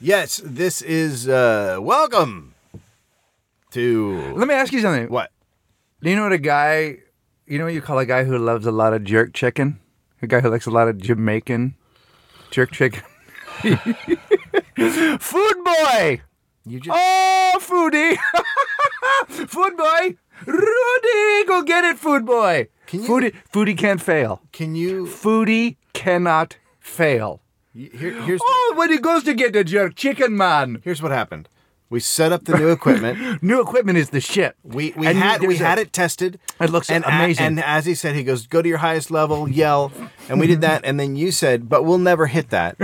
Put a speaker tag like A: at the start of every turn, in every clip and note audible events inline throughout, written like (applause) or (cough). A: Yes, this is uh, welcome to
B: Let me ask you something.
A: what?
B: Do you know what a guy, you know what you call a guy who loves a lot of jerk chicken? A guy who likes a lot of Jamaican jerk chicken? (laughs) Food boy!
A: You just
B: Oh, foodie! (laughs) food boy! Rudy! Go get it, food boy!
A: Can you-
B: foodie, foodie can't fail.
A: can you
B: Foodie cannot fail.
A: y- here, here's
B: Oh, when he goes to get the jerk chicken, man.
A: here's what happened. We set up the new
B: (laughs)
A: equipment.
B: New equipment is the shit.
A: We we
B: And
A: had we
B: there's a-
A: had it tested.
B: It looks
A: and a-
B: amazing.
A: and as he said, he goes, "Go to your highest level, yell," and we did that. And then you said, "But we'll never hit that."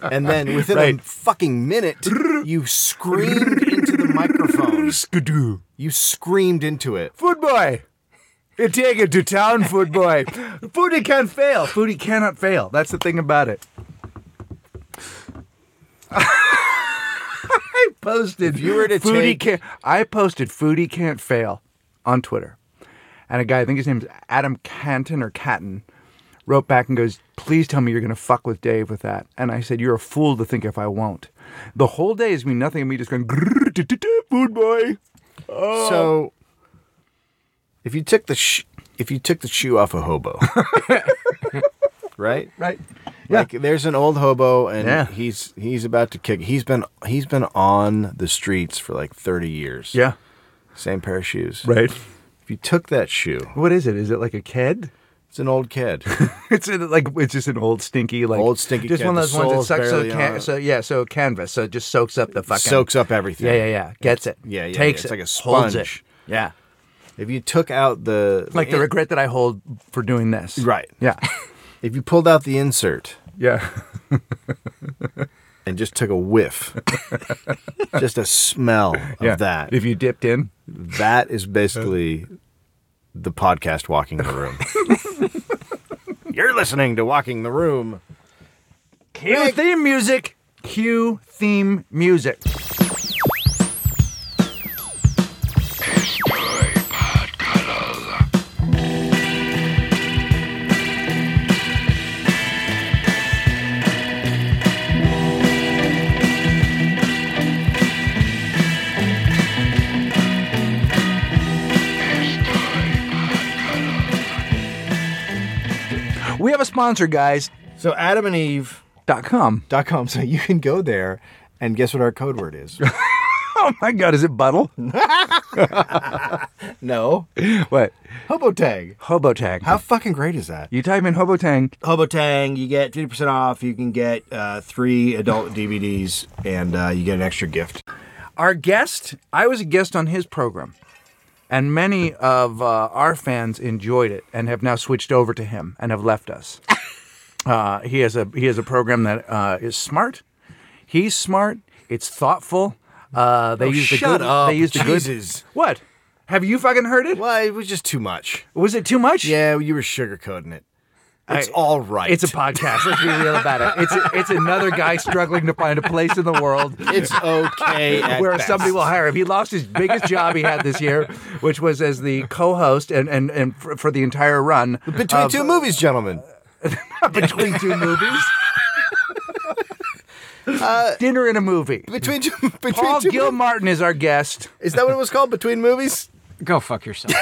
A: And then within a
B: Right.
A: fucking minute, you screamed into the microphone.
B: Skidoo.
A: You screamed into it.
B: Food boy. You take it to town, food boy. Foodie can't fail. Foodie cannot fail. That's the thing about it. (laughs) I posted
A: If you were to
B: foodie
A: take-
B: can't. I posted foodie can't fail on Twitter, and a guy I think his name's Adam Canton or Catton wrote back and goes, "Please tell me you're gonna fuck with Dave with that." And I said, "You're a fool to think if I won't." The whole day is me nothing and me just going, "Grrr, tut, tut, tut, "Food boy." Oh.
A: So, if you took the sh- if you took the shoe off a
B: (laughs)
A: hobo, right?
B: Right.
A: Like there's an old hobo, and
B: Yeah.
A: he's he's about to kick. He's been he's been on the streets for like 30 years.
B: Yeah.
A: same pair of shoes.
B: Right.
A: If you took that shoe,
B: What is it? Is it like a kid? (laughs)
A: it's an old kid.
B: It's in, like it's just an old stinky like
A: Old stinky
B: just
A: kid,
B: one of
A: the
B: those ones that
A: sole's
B: sucks so,
A: barely on
B: can,
A: it.
B: so yeah so canvas so it just soaks up the fucking
A: Soaks up everything.
B: yeah yeah yeah gets it
A: Yeah, yeah, yeah.
B: takes
A: It's
B: it
A: like a
B: holds it.
A: sponge.
B: yeah
A: If you took out the
B: like the regret that I hold for doing this
A: right,
B: yeah (laughs)
A: if you pulled out the insert
B: yeah
A: and just took a
B: (laughs)
A: whiff, just a smell of
B: yeah
A: that,
B: if you dipped in
A: that (laughs) is basically the podcast walking the (laughs) room. You're listening to Walking the Room.
B: cue theme music cue theme music we have a sponsor guys
A: So Adam and Eve
B: dot com
A: dot com. So you can go there and guess what our code word (laughs) is?
B: oh my god is it (laughs) buttle
A: no,
B: what
A: Hobotang.
B: hobo tag
A: How fucking great is that?
B: you type in hobo tang
A: Hobotang, you get 50% off. You can get uh, three adult DVDs and uh, you get an extra gift.
B: our guest i was a guest on his program and many of uh, our fans enjoyed it and have now switched over to him and have left (laughs) us uh, he has a he has a program that uh, is smart he's smart it's thoughtful uh, they use the
A: shut
B: good
A: up.
B: they use the
A: Jesus.
B: good what have you fucking heard it
A: Well, it was just too much.
B: was it too much
A: Yeah, you were sugarcoating it. It's
B: I-
A: all right.
B: it's a podcast let's be real about it it's it's another guy struggling to find a place in the (laughs) world
A: It's (laughs) okay. at
B: where
A: best.
B: somebody will hire him. He lost his biggest job he had this year, which was as the co-host and and and for, for the entire
A: (laughs)
B: run
A: Between
B: of-
A: two movies, gentlemen.
B: between two (laughs) movies. Uh, Dinner and a movie.
A: Between two. Between
B: (laughs) Paul
A: two
B: Gil Martin is our guest.
A: Is that what it was called? Between movies?
C: Go fuck yourself.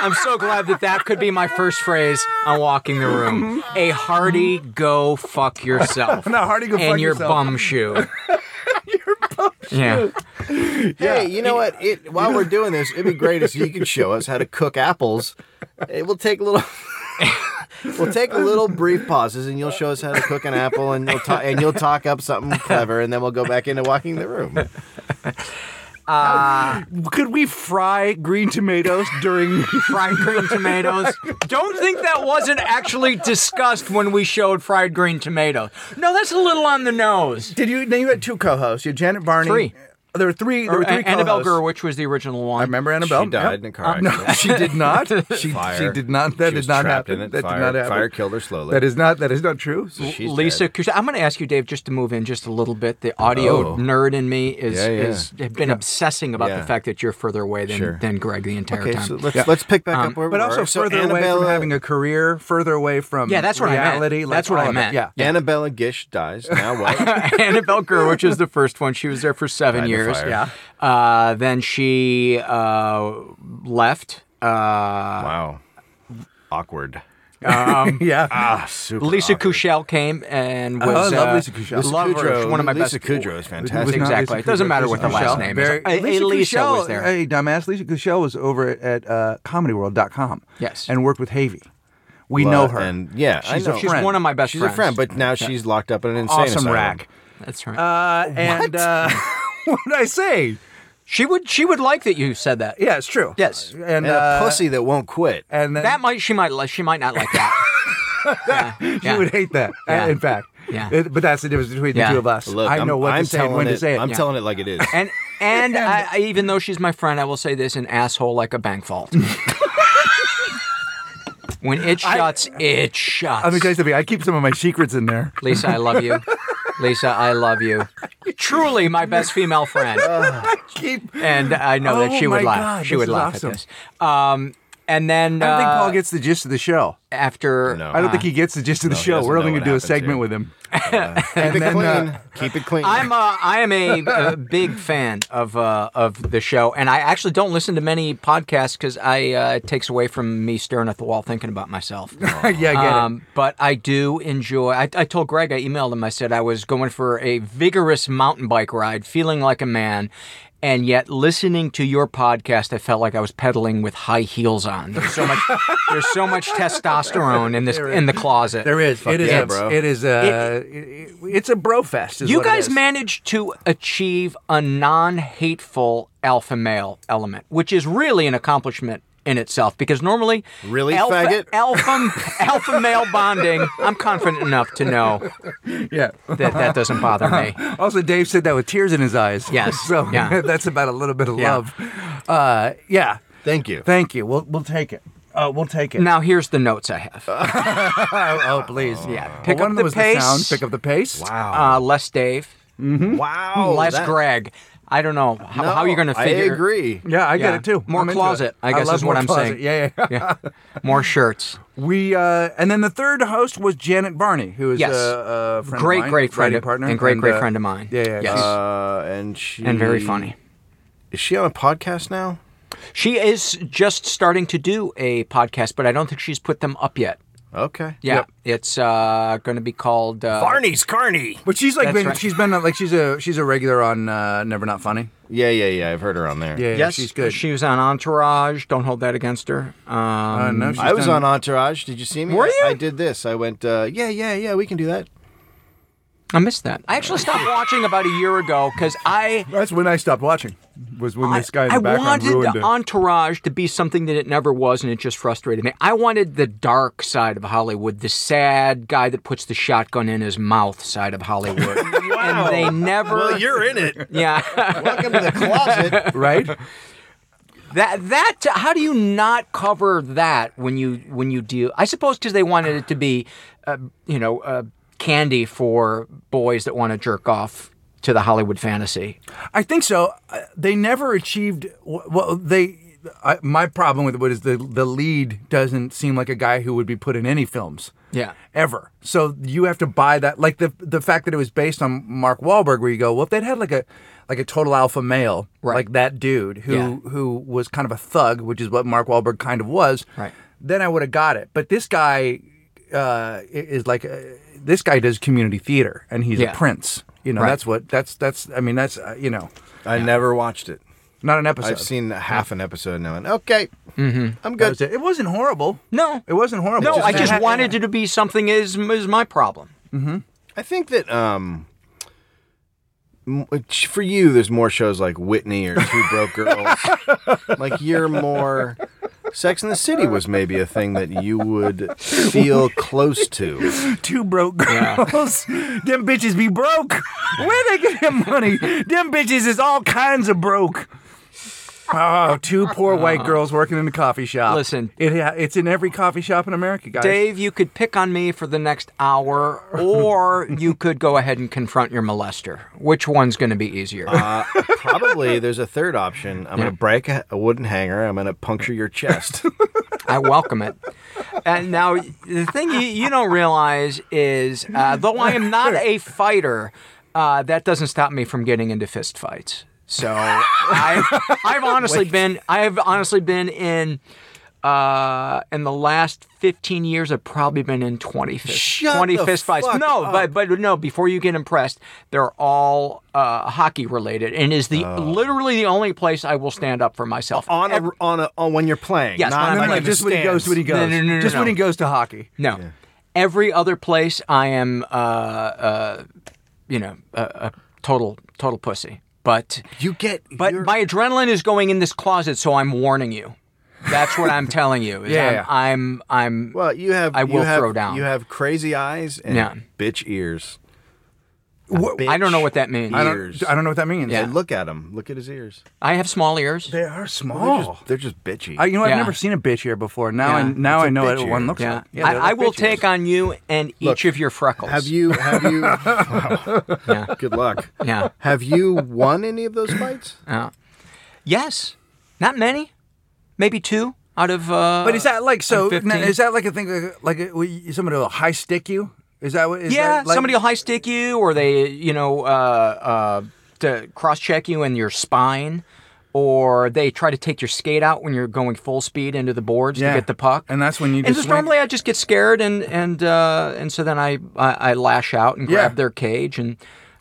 C: I'm so glad that that could be my first phrase on walking the room.
B: Mm-hmm.
C: A hearty go fuck
B: (laughs)
C: yourself.
B: No, Hardy, go fuck
C: and your
B: yourself.
C: bum shoe.
B: (laughs)
C: your bum shoe. Yeah.
A: Hey, you know what? It while we're doing this, it'd be great if you could show us how to cook apples. It will take a little. (laughs) we'll take a little brief pauses, and you'll show us how to cook an apple, and you'll ta- and you'll talk up something clever, and then we'll go back into walking the room.
B: Could we fry green tomatoes
A: (laughs)
B: during?
C: Fried green tomatoes. Don't think that wasn't actually discussed when we showed fried green tomatoes. No, that's a little on the nose.
B: Did you? Then you had two co-hosts. You had Janet Varney.
C: Three.
B: there were three. There
C: Or
B: were three
C: An- Annabelle
B: co-hosts.
C: Gurwitch was the original one.
B: I remember Annabelle.
A: She died
B: Yep.
A: in a car
B: Uh, no,
A: accident.
B: she did not. She,
A: (laughs)
B: she
A: Fire.
B: did not. That
A: She
B: did
A: was
B: not
A: trapped
B: happen.
A: in it.
B: That
A: Fire-
B: did not happen.
A: fire killed her slowly.
B: That is not. That is not true.
A: She's
C: Lisa
A: dead.
C: Kush- I'm going to ask you, Dave, just to move in just a little bit. The audio
A: Oh.
C: nerd in me is,
A: Yeah, yeah.
C: is have been obsessing about
A: Yeah.
C: the fact that you're further away than,
A: Sure.
C: than Greg the entire
A: Okay,
C: time.
A: so let's
B: Yeah.
A: let's pick back up where we
B: Um, but
A: were.
B: also
A: So
B: further away from
A: Annabella-
B: having a career, further away from
C: Yeah, that's what I meant.
B: reality, like,
C: That's what I
B: all of it.
C: meant. (laughs)
B: Yeah,
A: Annabella Gish dies. Now what?
C: (laughs) Annabelle Gurwitch is the first one. She was there for seven
A: Died in
C: years.
A: fire.
C: Yeah. Uh, then she uh, left. Uh,
A: wow. Awkward.
B: yeah.
A: Ah, super.
C: Lisa
A: awkward.
C: Kushel came and was.
B: I love
C: uh,
B: Lisa Kushel. Lisa
C: love her.
A: Kudrow-
C: She's One of my
A: Lisa
C: best.
A: Kudrow is
B: It
A: fantastic.
B: was not Lisa
C: Exactly. It doesn't
B: Kuchel.
C: matter what
B: Lisa
C: the last
B: Kuchel.
C: name is.
B: Very,
C: Uh,
B: Lisa
C: Elisa
B: Kuchel,
C: was there.
B: Hey, dumbass. Lisa Kuchel was over at, at uh, comedyworld.com.
C: Yes.
B: And worked with Havey. We
A: Well,
B: know her.
A: and- yeah, I
B: She's
A: know.
B: a
C: She's
B: friend.
C: one of my best
A: She's
C: friends.
A: a friend, but now she's locked up in an insane
B: awesome
A: asylum.
B: rack.
C: That's right.
B: Uh, and uh, (laughs) what did I say?
C: she would. She would like that you said that.
B: Yeah, it's true.
C: Yes.
B: And,
A: And
B: uh, eh,
A: a pussy that won't quit.
B: And then
C: That might. She might. li- She might not like
B: (laughs)
C: that. yeah.
B: she
C: yeah.
B: would hate that. uh,
C: Yeah.
B: In fact.
C: Yeah.
B: It- but that's the difference between the
C: Yeah.
B: two of us.
A: Look,
B: I
A: I'm-
B: know what
A: I'm
B: to say and
A: telling
B: when
A: it,
B: to say it.
A: I'm telling it like it is.
C: And and I, I- even though she's my friend, I will say this: an asshole like a bank
B: (laughs)
C: vault. when it shuts, it shuts.
B: Let me tell you something. I keep some of my secrets in there.
C: Lisa, I
B: (laughs)
C: love you. Lisa, I love you. Truly, my best
B: (laughs)
C: female friend.
B: Keep.
C: And I know that
B: Uh, Oh
C: she would
B: my
C: laugh.
B: God,
C: she
B: this
C: would
B: is
C: laugh
B: awesome.
C: at this. Um, and then
B: I don't think
C: uh,
B: Paul gets the gist of the show.
C: after.
A: No.
B: I don't
A: Uh,
B: think Ah. he gets the gist of the
A: he
B: show.
A: doesn't
B: We're
A: know
B: only
A: what
B: going to do a
A: happened to
B: segment
A: him.
B: with (laughs) him. Uh,
A: Keep it
B: then,
A: clean.
B: uh,
A: Keep it clean.
C: I'm a, I am
B: (laughs)
C: a, a big fan of uh, of the show, and I actually don't listen to many podcasts because I uh, it takes away from me staring at the wall thinking about myself.
B: (laughs) yeah, I get it.
C: Um, but I do enjoy. I, I told Greg, I emailed him. I said I was going for a vigorous mountain bike ride, feeling like a man, and yet listening to your podcast, I felt like I was pedaling with high heels on. There's so much. there's
B: (laughs)
C: so much testosterone in this in the closet.
B: There is. It is.
A: yeah,
B: a-
A: bro.
B: It is a. it- it's a bro fest. Is
C: You
B: what it
C: guys
B: is.
C: managed to achieve a non hateful alpha male element, which is really an accomplishment in itself because normally
A: Really,
C: alpha,
A: faggot?
C: (laughs) alpha alpha male bonding i'm confident enough to know
B: Yeah.
C: that that doesn't bother
A: (laughs)
C: me
B: (laughs) Also, Dave said that with tears in his eyes.
C: Yes.
B: (laughs) so
C: Yeah.
B: that's about a little bit of
C: Yeah.
B: love. Uh, yeah.
A: Thank you.
B: Thank you. We'll we'll take it. Uh, we'll take it.
C: now here's the notes i have
B: (laughs) Oh, oh, please.
C: Yeah.
B: Well,
C: Pick
B: one of
C: up
B: them
C: the
B: was
C: pace.
B: sound. Pick up the pace.
A: Wow.
C: uh, less dave
A: wow.
C: less
A: that-
C: greg i don't know how,
A: No,
C: how you're gonna figure
A: I agree.
B: Yeah, I get
C: Yeah.
B: it too.
C: More
B: I'm into
C: closet,
B: it.
C: I guess
B: love
C: is what
B: more
C: I'm
B: closet.
C: saying.
B: Yeah, (laughs) yeah.
C: (laughs) yeah more shirts
B: We uh, and then the third host was Janet Barney, who is a,
C: Yes.
B: a friend of
C: Great,
B: mine,
C: great friend
B: writing
C: of-
B: partner,
C: and great, great
B: uh,
C: friend of mine.
B: Yeah, yeah,
C: Yes.
B: she's-
A: Uh, and she
C: and very funny
A: Is she on a podcast now?
C: she is just starting to do a podcast but i don't think she's put them up yet
A: Okay.
C: Yeah, it's uh, going to be called uh,
A: Barney's Carney.
B: but she's like
C: That's
B: been,
C: right.
B: she's been uh, like she's a she's a regular on uh, Never Not Funny.
A: Yeah, yeah, yeah. I've heard her on there.
B: Yeah, yeah,
C: Yes,
B: she's good.
C: She was on Entourage. Don't hold that against her. Um,
B: uh, no, she's
A: I was
B: done-
A: on Entourage. Did you see me?
C: Were
A: I-
C: you?
A: I did this. I went, uh, yeah, yeah, yeah, we can do that.
C: I missed that. I actually (laughs) stopped watching about a year ago because I.
B: That's when I stopped watching. Was when
C: I,
B: this guy in the
C: I
B: background
C: wanted
B: ruined
C: the
B: it.
C: entourage to be something that it never was, and it just frustrated me. I wanted the dark side of Hollywood, the sad guy that puts the shotgun in his mouth side
B: (laughs)
C: of Hollywood, and they never.
A: you're in it.
C: yeah,
A: Welcome to the closet.
B: right?
C: that that. How do you not cover that when you when you deal? I suppose because they wanted it to be, uh, you know, uh, candy for boys that want to jerk off to the Hollywood fantasy.
B: I think so. Uh, They never achieved. wh- Well, they. I, my problem with it is the the lead doesn't seem like a guy who would be put in any films.
C: Yeah.
B: Ever. So you have to buy that. Like the the fact that it was based on Mark Wahlberg, where you go, well, if they'd had like a like a total alpha male,
C: Right.
B: like that dude who
C: Yeah.
B: who was kind of a thug, which is what Mark Wahlberg kind of was.
C: Right.
B: Then I would have got it. But this guy uh, i- is like uh, this guy does community theater, and he's
C: Yeah.
B: a prince. You know,
C: Right.
B: that's what that's that's. I mean, that's uh, you know,
A: I never watched it.
B: not an episode.
A: I've seen half an episode now, and okay, I'm
B: Mm-hmm. That
A: good.
B: was it. It wasn't horrible.
C: No.
B: it wasn't horrible.
C: No, I just
B: had-
C: wanted it to be something. Is is my problem?
A: I think that um, m- for
B: (laughs)
A: you, there's more shows like Whitney or Two Broke Girls. like you're more Sex in the City was maybe a thing that you would feel close to.
B: Two broke girls. (laughs) Them bitches be broke.
C: (laughs)
B: Where they get them money? Them bitches is all kinds of broke. Oh, two poor white girls working in a coffee shop.
C: Uh-huh. Listen.
B: it, yeah, it's in every coffee shop in America, guys.
C: Dave, you could pick on me for the next hour, or you could go ahead and confront your molester. Which one's going to be easier?
A: Uh, probably there's a third option. I'm going to break a, a wooden hanger. I'm going to puncture your
B: (laughs)
A: chest.
C: I welcome it. And now, the thing you, you don't realize is, uh, though I am not a fighter, uh, that doesn't stop me from getting into fist fights. So I, I've honestly been, I've honestly been in. Uh, in the last 15 years, I've probably been in 20 fist,
A: Shut
C: 20
A: the
C: fist fights.
A: fuck
C: No,
A: up.
C: but but no. Before you get impressed, they're all uh, hockey related, and is the literally the only place I will stand up for myself.
A: Oh. on a, on a, on when you're playing.
C: Yes,
A: not
C: when I'm
A: like in
B: No,
C: playing.
A: the
B: just when he
A: stands.
B: goes, when he
C: No,
B: goes,
C: no, no, no,
B: just
C: no.
B: when he goes to hockey.
C: No. Every other place, I am, uh, uh, you know, a, a total total pussy. But
A: You get
C: but
A: your-
C: my adrenaline is going in this closet, so I'm warning you. That's what I'm telling you. is
B: Yeah,
C: I'm,
B: yeah.
C: I'm I'm
A: well, you have
C: I
A: you
C: will
A: have-
C: throw down.
A: You have crazy eyes and
C: Yeah.
A: bitch ears.
B: Wh-
C: I don't know what that means.
A: I
C: I,
A: don't-
B: ears. Uh, I don't know what that means.
A: And look at him. Look at his ears.
C: have small ears.
B: They are
A: They're,
C: Oh.
B: small.
A: just, they're just bitchy.
B: I, you know, I've
C: Yeah.
B: never seen a bitch here before. Now, I,
C: Yeah.
B: now
A: It's a
B: I know
A: bitch
B: what one
A: ear.
B: looks
C: Yeah,
B: like.
C: I,
B: they're
C: I
B: like
C: will
B: bitch
C: take
B: ears.
C: on you and each of your freckles.
A: have you have you?
C: (laughs) Yeah,
A: good luck.
C: yeah,
A: Have you won any of those fights?
C: yeah. Yes, not many, maybe two out of. Uh,
B: But is that like so?
C: I'm 15.
B: Is that like a thing like, like uh, we- somebody will high stick you? Is that what? Is
C: Yeah,
B: that like,
C: somebody will high stick you, or they, you know, uh, uh, to cross check you in your spine, or they try to take your skate out when you're going full speed into the boards
B: Yeah.
C: to get the puck.
B: And that's when you
C: And
B: just
C: just
B: went-
C: normally I just get scared and and uh, and so then I, I I lash out and grab
B: Yeah.
C: their cage and. uh,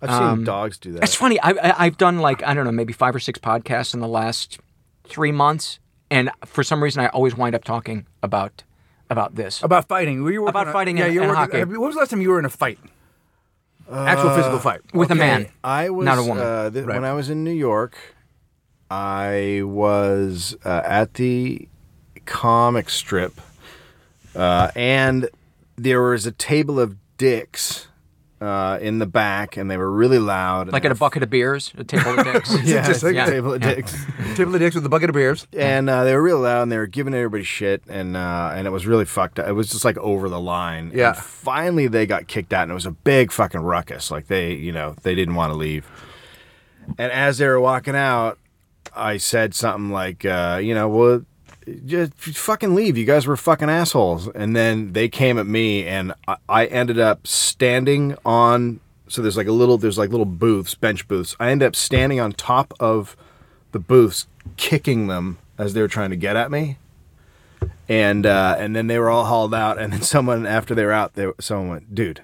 A: I've
C: Um,
A: seen dogs do that.
C: It's funny. I, I, I've done like I don't know, maybe five or six podcasts in the last three months, and for some reason, I always wind up talking about about this.
B: about fighting. Were you working
C: About
B: on-
C: fighting
B: Yeah,
C: and-
B: you're
C: and
B: working,
C: hockey. Uh,
B: have you- When was the last time you were in a fight? Actual physical fight
C: with
B: (laughs)
C: a man.
A: I was
C: Not a woman.
A: Uh, th- When
B: Right.
A: I was in New York, I was uh, at the comic strip, uh, and there was a table of dicks uh, in the back, and they were really loud. and
C: like
A: they
C: at a
A: were-
C: bucket of beers, a table of dicks.
A: yeah,
B: Just like
A: yeah,
B: a
A: (laughs) table of dicks.
C: (laughs)
B: Table of dicks with a bucket of beers.
A: And uh, they were real loud, and they were giving everybody shit, and uh, and it was really fucked up. It was just like over the line.
B: Yeah.
A: And finally, they got kicked out, and it was a big fucking ruckus. Like they, you know, they didn't want to leave. And as they were walking out, I said something like, uh, you know, well, just fucking leave. You guys were fucking assholes. And then they came at me, and I, I ended up standing on. So there's like a little, there's like little booths, bench booths. I ended up standing on top of the booths, kicking them as they were trying to get at me. And uh, and then they were all hauled out. And then (laughs) someone after they were out, they, someone went, dude.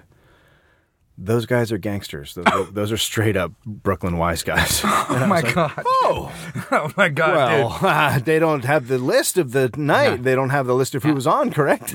A: Those guys are gangsters. Those, those are straight up Brooklyn Wise guys.
B: Oh my god. (laughs) Oh. oh my god,
C: Uh,
B: dude.
A: Well, (laughs) uh, they don't have the list of the night. They don't have the list of who was on, correct?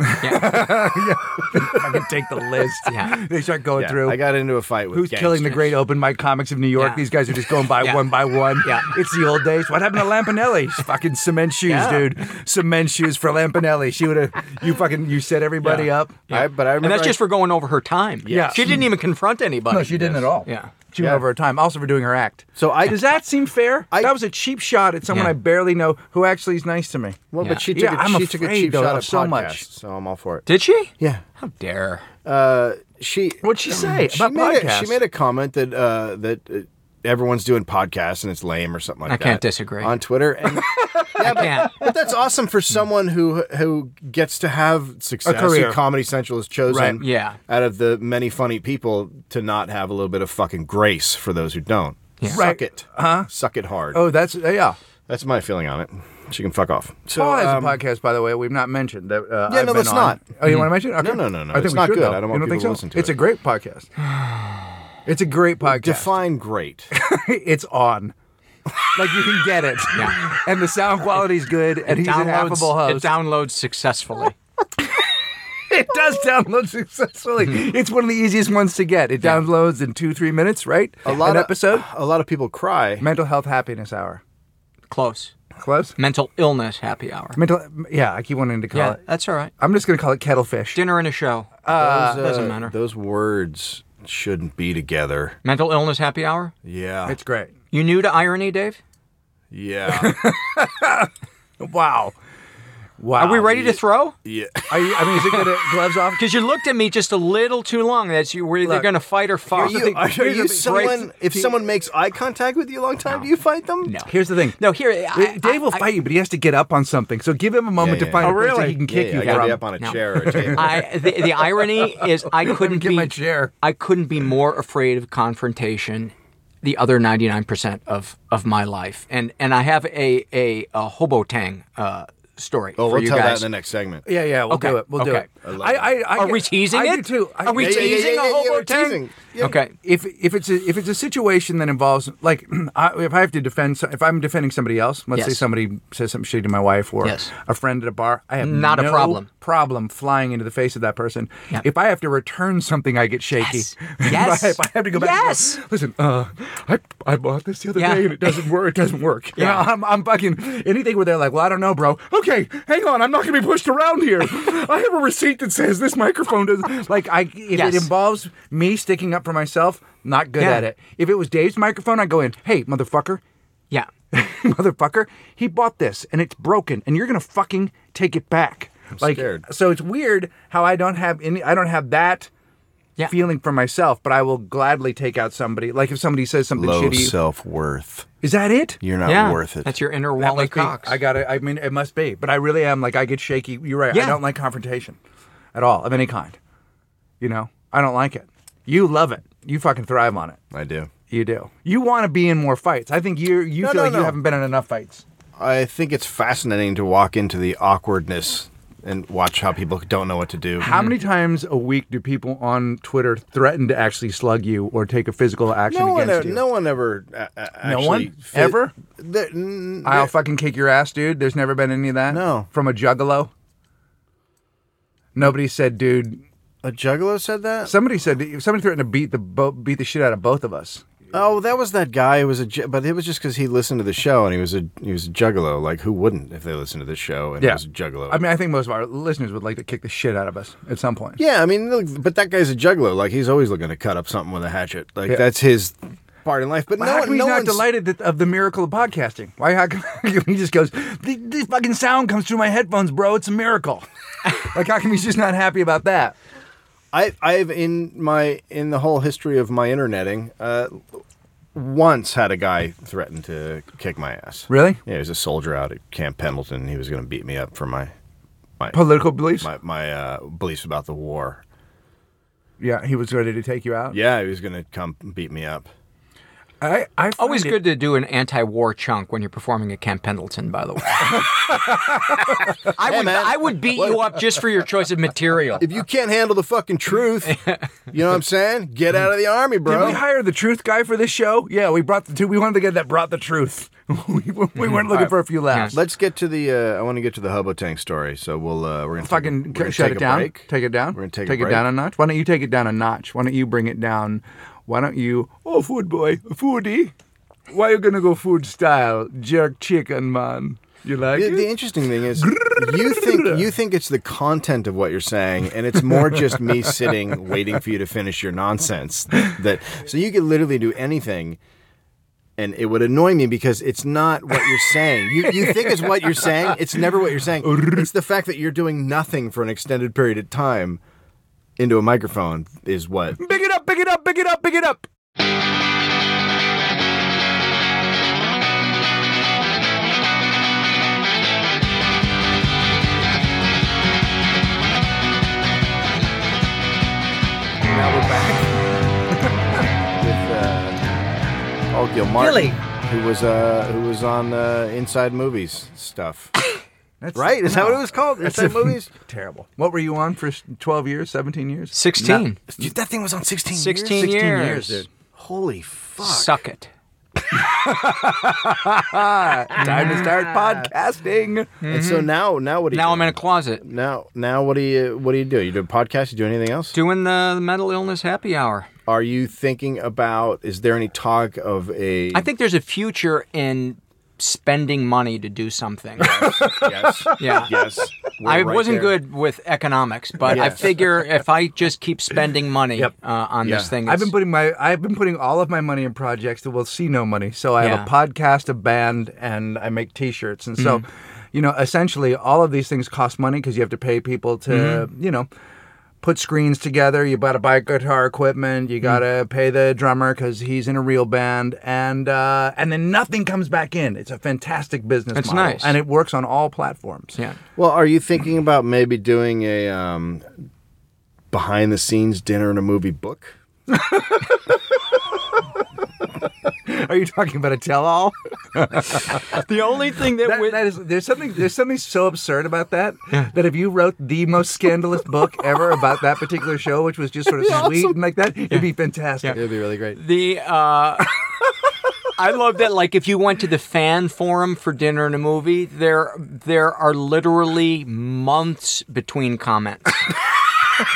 B: I can take the list.
C: (laughs) Yeah.
B: They start going through.
A: I got into a fight with
B: Who's killing the great open mic comics of New York?
C: Yeah.
B: These guys are just going by
C: (laughs) Yeah.
B: one by one.
C: Yeah.
B: It's the old days. What happened to Lampanelli?
C: (laughs)
B: Fucking cement shoes,
C: Yeah.
B: dude. Cement shoes for Lampanelli. She would have you fucking you set everybody
C: Yeah.
B: up.
A: I, but I remember
C: and that's
A: I-
C: just for going over her time.
B: Yeah.
C: she didn't even confront anybody.
B: No, she didn't at all.
C: Yeah.
B: She went
A: Yeah.
B: over her time. Also for doing her act.
A: So I-
B: Does that seem fair?
A: I-
B: that was a cheap shot at someone
C: Yeah.
B: I barely know who actually is nice to me.
A: well,
C: Yeah.
A: but she took,
B: Yeah,
A: a,
B: I'm
A: she took a
B: afraid,
A: cheap
B: though,
A: shot
B: of
A: at
B: so
A: podcasts,
B: much.
A: so I'm all for it.
C: Did she?
A: Yeah,
C: How dare?
A: uh, she.
B: What'd she say
A: She
B: about
A: made a,
B: podcasts?
A: she made a comment that uh, that uh, everyone's doing podcasts and it's lame or something like
C: I
A: that.
C: can't disagree.
A: on Twitter.
B: (laughs)
A: And, yeah, but,
C: can't.
A: but that's awesome for someone who who gets to have success.
B: A career.
A: who Comedy Central has chosen.
B: Right,
C: yeah.
A: Out of the many funny people, to not have a little bit of fucking grace for those who don't. Suck
B: Right.
A: it. Huh? Suck it hard.
B: Oh, that's yeah.
A: That's my feeling on it. She can fuck off. So
B: Paul has
A: um,
B: a podcast, by the way. We've not mentioned that. Uh,
A: Yeah,
B: I've
A: no,
B: been
A: that's
B: on.
A: not.
B: Oh, you want to mention? it? Okay.
A: no, no, no.
B: I think
A: It's
B: we
A: not
B: should,
A: good.
B: though.
A: I don't
B: you
A: want
B: don't think
A: people to
B: so?
A: listen to
B: It's
A: it.
B: a great podcast. (sighs) It's a great podcast.
A: uh, define great.
B: (laughs) it's
A: (laughs)
B: on. Like you can get it.
C: Yeah.
B: And the sound quality's good, and he's an affable host.
C: it downloads successfully.
B: It does download
C: (laughs)
B: successfully. it's one of the easiest ones to get. It downloads in two, three minutes, right?
A: A lot
B: An
A: of
B: episode.
A: A lot of people cry.
B: Mental health happiness hour.
C: Close.
B: Close.
C: Mental illness happy hour.
B: Mental. Yeah, I keep wanting to call
C: Yeah,
B: it.
C: that's all right.
B: I'm just gonna call it kettlefish.
C: Dinner and a show.
A: Those, uh,
C: doesn't matter.
A: Those words shouldn't be together.
C: Mental illness happy hour.
A: Yeah.
B: It's great.
C: You new to irony, Dave?
A: (laughs) yeah.
B: Wow. Wow.
C: Are we ready to throw?
A: yeah.
B: Are you, I mean, is it gonna gloves
C: (laughs)
B: off?
C: Because you looked at me just a little too long. That's you. We're either
B: Look,
C: going to fight or
A: Are
C: fuck.
A: you, are
B: here's the
A: you
B: thing.
A: someone?
B: Break-
A: If someone makes eye contact with you a long time, do you fight them?
C: No.
B: Here's the thing.
C: No, here. I,
B: Dave will
C: I-
B: fight you, but he has to get up on something. So give him a moment
A: yeah.
B: to find
A: Oh,
B: a place that
C: really?
B: he can
A: Yeah,
B: kick
A: yeah,
B: you
A: I gotta
B: from.
A: be up on a
C: No.
A: chair or a (laughs) table.
C: I the, the irony is I couldn't
B: get
C: be
B: my chair.
C: I couldn't be more afraid of confrontation the other 99% of of my life. And and I have a a, a hobotang uh story
A: oh,
C: for
A: we'll
C: you
A: tell
C: guys.
A: that in the next segment.
B: Yeah, yeah, we'll
C: Okay,
B: do it. We'll do
C: okay.
B: it.
A: I love
B: I, I, I,
C: Are we
B: get-
C: teasing
B: I
C: it?
B: Do too. I,
C: Are we
A: Yeah, yeah, yeah,
C: teasing
A: yeah,
C: a
A: yeah,
C: hobo
A: we're
C: tang?
A: teasing. Yeah.
C: Okay.
B: if if it's a, if it's a situation that involves like (clears throat) I, if I have to defend so- if I'm defending somebody else, let's say
C: Yes.
B: somebody says something shitty to my wife or
C: Yes.
B: a friend at a bar, I have
C: Not a
B: no
C: problem.
B: problem flying into the face of that person.
C: Yep.
B: If I have to return something, I get shaky.
C: Yes.
B: (laughs) If
C: Yes.
B: I- if I have to go back. and go,
C: Yes.
B: Listen, uh, I I bought this the other
C: Yeah.
B: day and it doesn't work. It doesn't work. You
C: Yeah.
B: know, (laughs) I'm I'm fucking anything where they're like, well, I don't know, bro. Okay, hang on, I'm not gonna be pushed around here. (laughs) I have a receipt that says this microphone doesn't like I if
C: Yes.
B: it involves me sticking up for myself, not good
C: Yeah.
B: at it. If it was Dave's microphone, I'd go in, hey, motherfucker, (laughs)
C: Yeah.
B: motherfucker, he bought this and it's broken and you're gonna fucking take it back. I'm like
A: scared.
B: so it's weird how I don't have any I don't have that
C: Yeah.
B: feeling for myself, but I will gladly take out somebody. Like if somebody says something
A: Low
B: shitty.
A: self worth.
B: is that it?
A: You're not
C: yeah.
A: worth it.
C: That's your inner
B: That
C: Wally
B: must be-
C: Cox.
B: I got it. I mean, it must be. But I really am like I get shaky. You're right.
C: Yeah.
B: I don't like confrontation at all of any kind. You know, I don't like it. You love it. You fucking thrive on it.
A: I do.
B: You do. You want to be in more fights. I think you you
A: No,
B: feel
A: no,
B: like
A: no.
B: you haven't been in enough fights.
A: I think it's fascinating to walk into the awkwardness and watch how people don't know what to do.
B: How many times a week do people on Twitter threaten to actually slug you or take a physical action
A: no one,
B: against
A: ever,
B: you?
A: no one ever. a- a-
B: No
A: actually
B: one? Ever?
A: There- n-
B: I'll fucking kick your ass, dude. There's never been any of that.
A: e- No.
B: From a juggalo. Nobody said, dude.
A: a juggalo said that.
B: Somebody said somebody threatened to beat the bo- beat the shit out of both of us.
A: oh, that was that guy who was a. ju- But it was just because he listened to the show and he was a he was a juggalo. Like who wouldn't if they listened to the show and he was a juggalo?
B: I mean, I think most of our listeners would like to kick the shit out of us at some point.
A: yeah, I mean, look, but that guy's a juggalo. Like he's always looking to cut up something with a hatchet. Like that's his part in life. But no,
B: how
A: one-
B: come he's
A: no
B: not
A: one's
B: delighted that, of the miracle of podcasting? Why? How come (laughs) he just goes? "Th- This fucking sound comes through my headphones, bro. It's
A: (laughs)
B: a miracle. like, how come he's just not happy about that?
A: I I've in my in the whole history of my interneting, uh, once had a guy threaten to kick my ass.
B: Really?
A: Yeah, he was a soldier out at Camp Pendleton. He was going to beat me up for my my
B: Political beliefs?
A: my, my uh, beliefs about the war.
B: yeah, he was ready to take you out.
A: Yeah, he was going to come beat me up.
B: I, I find
C: Always
B: it-
C: good to do an anti-war chunk when you're performing at Camp Pendleton, by the
A: (laughs)
C: way. I would
A: man.
C: I would beat you up just for your choice of material.
A: If you can't handle the fucking truth, you know what I'm saying? Get out of the army,
B: Did
A: bro.
B: we hire the truth guy for this show? Yeah, we brought the two. We wanted the guy that brought the truth. (laughs) we, we weren't looking for a few laughs.
A: Let's get to the. Uh, I want to get to the Hubbo Tank story. So we'll. Uh, we're gonna
B: fucking
A: take, a- we're
B: cut-
A: gonna
B: shut
A: take
B: it
A: a
B: down.
A: break.
B: Take it down.
A: We're gonna take, a
B: it
A: break.
B: down a notch. Why don't you take it down a notch? Why don't you bring it down? Why don't you? Oh, food boy, foodie. Why you gonna go food style jerk chicken man? You like
A: The,
B: it?
A: the interesting thing is, you think
B: (laughs)
A: you think it's the content of what you're saying, and it's more just me sitting waiting for you to finish your nonsense. That, that- so you could literally do anything, and it would annoy me because it's not what you're saying. You you think it's what you're saying. It's never what you're saying. It's the fact that you're doing nothing for an extended period of time into a microphone is what.
B: Big it up, big it up, big it up, big it up. Now we're back.
A: With, uh, Paul Gilmartin,
C: Billy.
A: who was uh, who was on uh, Inside Movies (laughs) stuff.
B: That's,
A: Right? Is that what it was called? Inside Movies.
B: Terrible. What were you on for s- 12 years, 17 years?
C: 16.
A: (laughs) Dude, that thing was on 16 years?
C: 16
B: 16 years,
C: years.
B: dude.
A: Holy fuck.
C: Suck it.
B: Time to start
A: Ah.
B: podcasting.
A: And so now, now what do you
C: Mm-hmm. Now
A: do?
C: I'm in a closet
A: Now, now what do you what do you do? You do a podcast? You do anything else?
C: doing the mental illness happy hour.
A: Are you thinking about? Is there any talk of a?
C: I think there's a future in spending money to do something.
D: Yes.
C: (laughs) Yeah.
D: Yes. We're
C: I
D: right
C: wasn't
D: there.
C: good with economics, but I
D: Yes.
C: figure if I just keep spending money uh, on
D: Yeah.
C: this thing,
B: I've been
C: it's-
B: putting my I've been putting all of my money in projects that will see no money. So I have
C: Yeah. Mm-hmm.
B: a podcast, a band, and I make T-shirts. And so, you know, essentially all of these things cost money because you have to pay people to,
C: Mm-hmm.
B: you know, put screens together. You got to buy guitar equipment.
C: Mm.
B: You got to pay the drummer because he's in a real band, and uh, and then nothing comes back in. It's a fantastic business.
C: It's
B: model,
C: nice.
B: and it works on all platforms.
C: yeah.
A: Well, are you thinking about maybe doing a um, behind the scenes dinner and a movie book?
B: (laughs) Are you talking about a tell-all?
C: The only thing that,
B: That-
C: we-
B: that is, there's something there's something so absurd about that that if you wrote the most scandalous book ever about that particular show, which was just sort of sweet and like that, it'd be fantastic.
A: It'd be really great.
C: The uh, I love that. Like, if you went to the fan forum for dinner and a movie, there there are literally months between comments.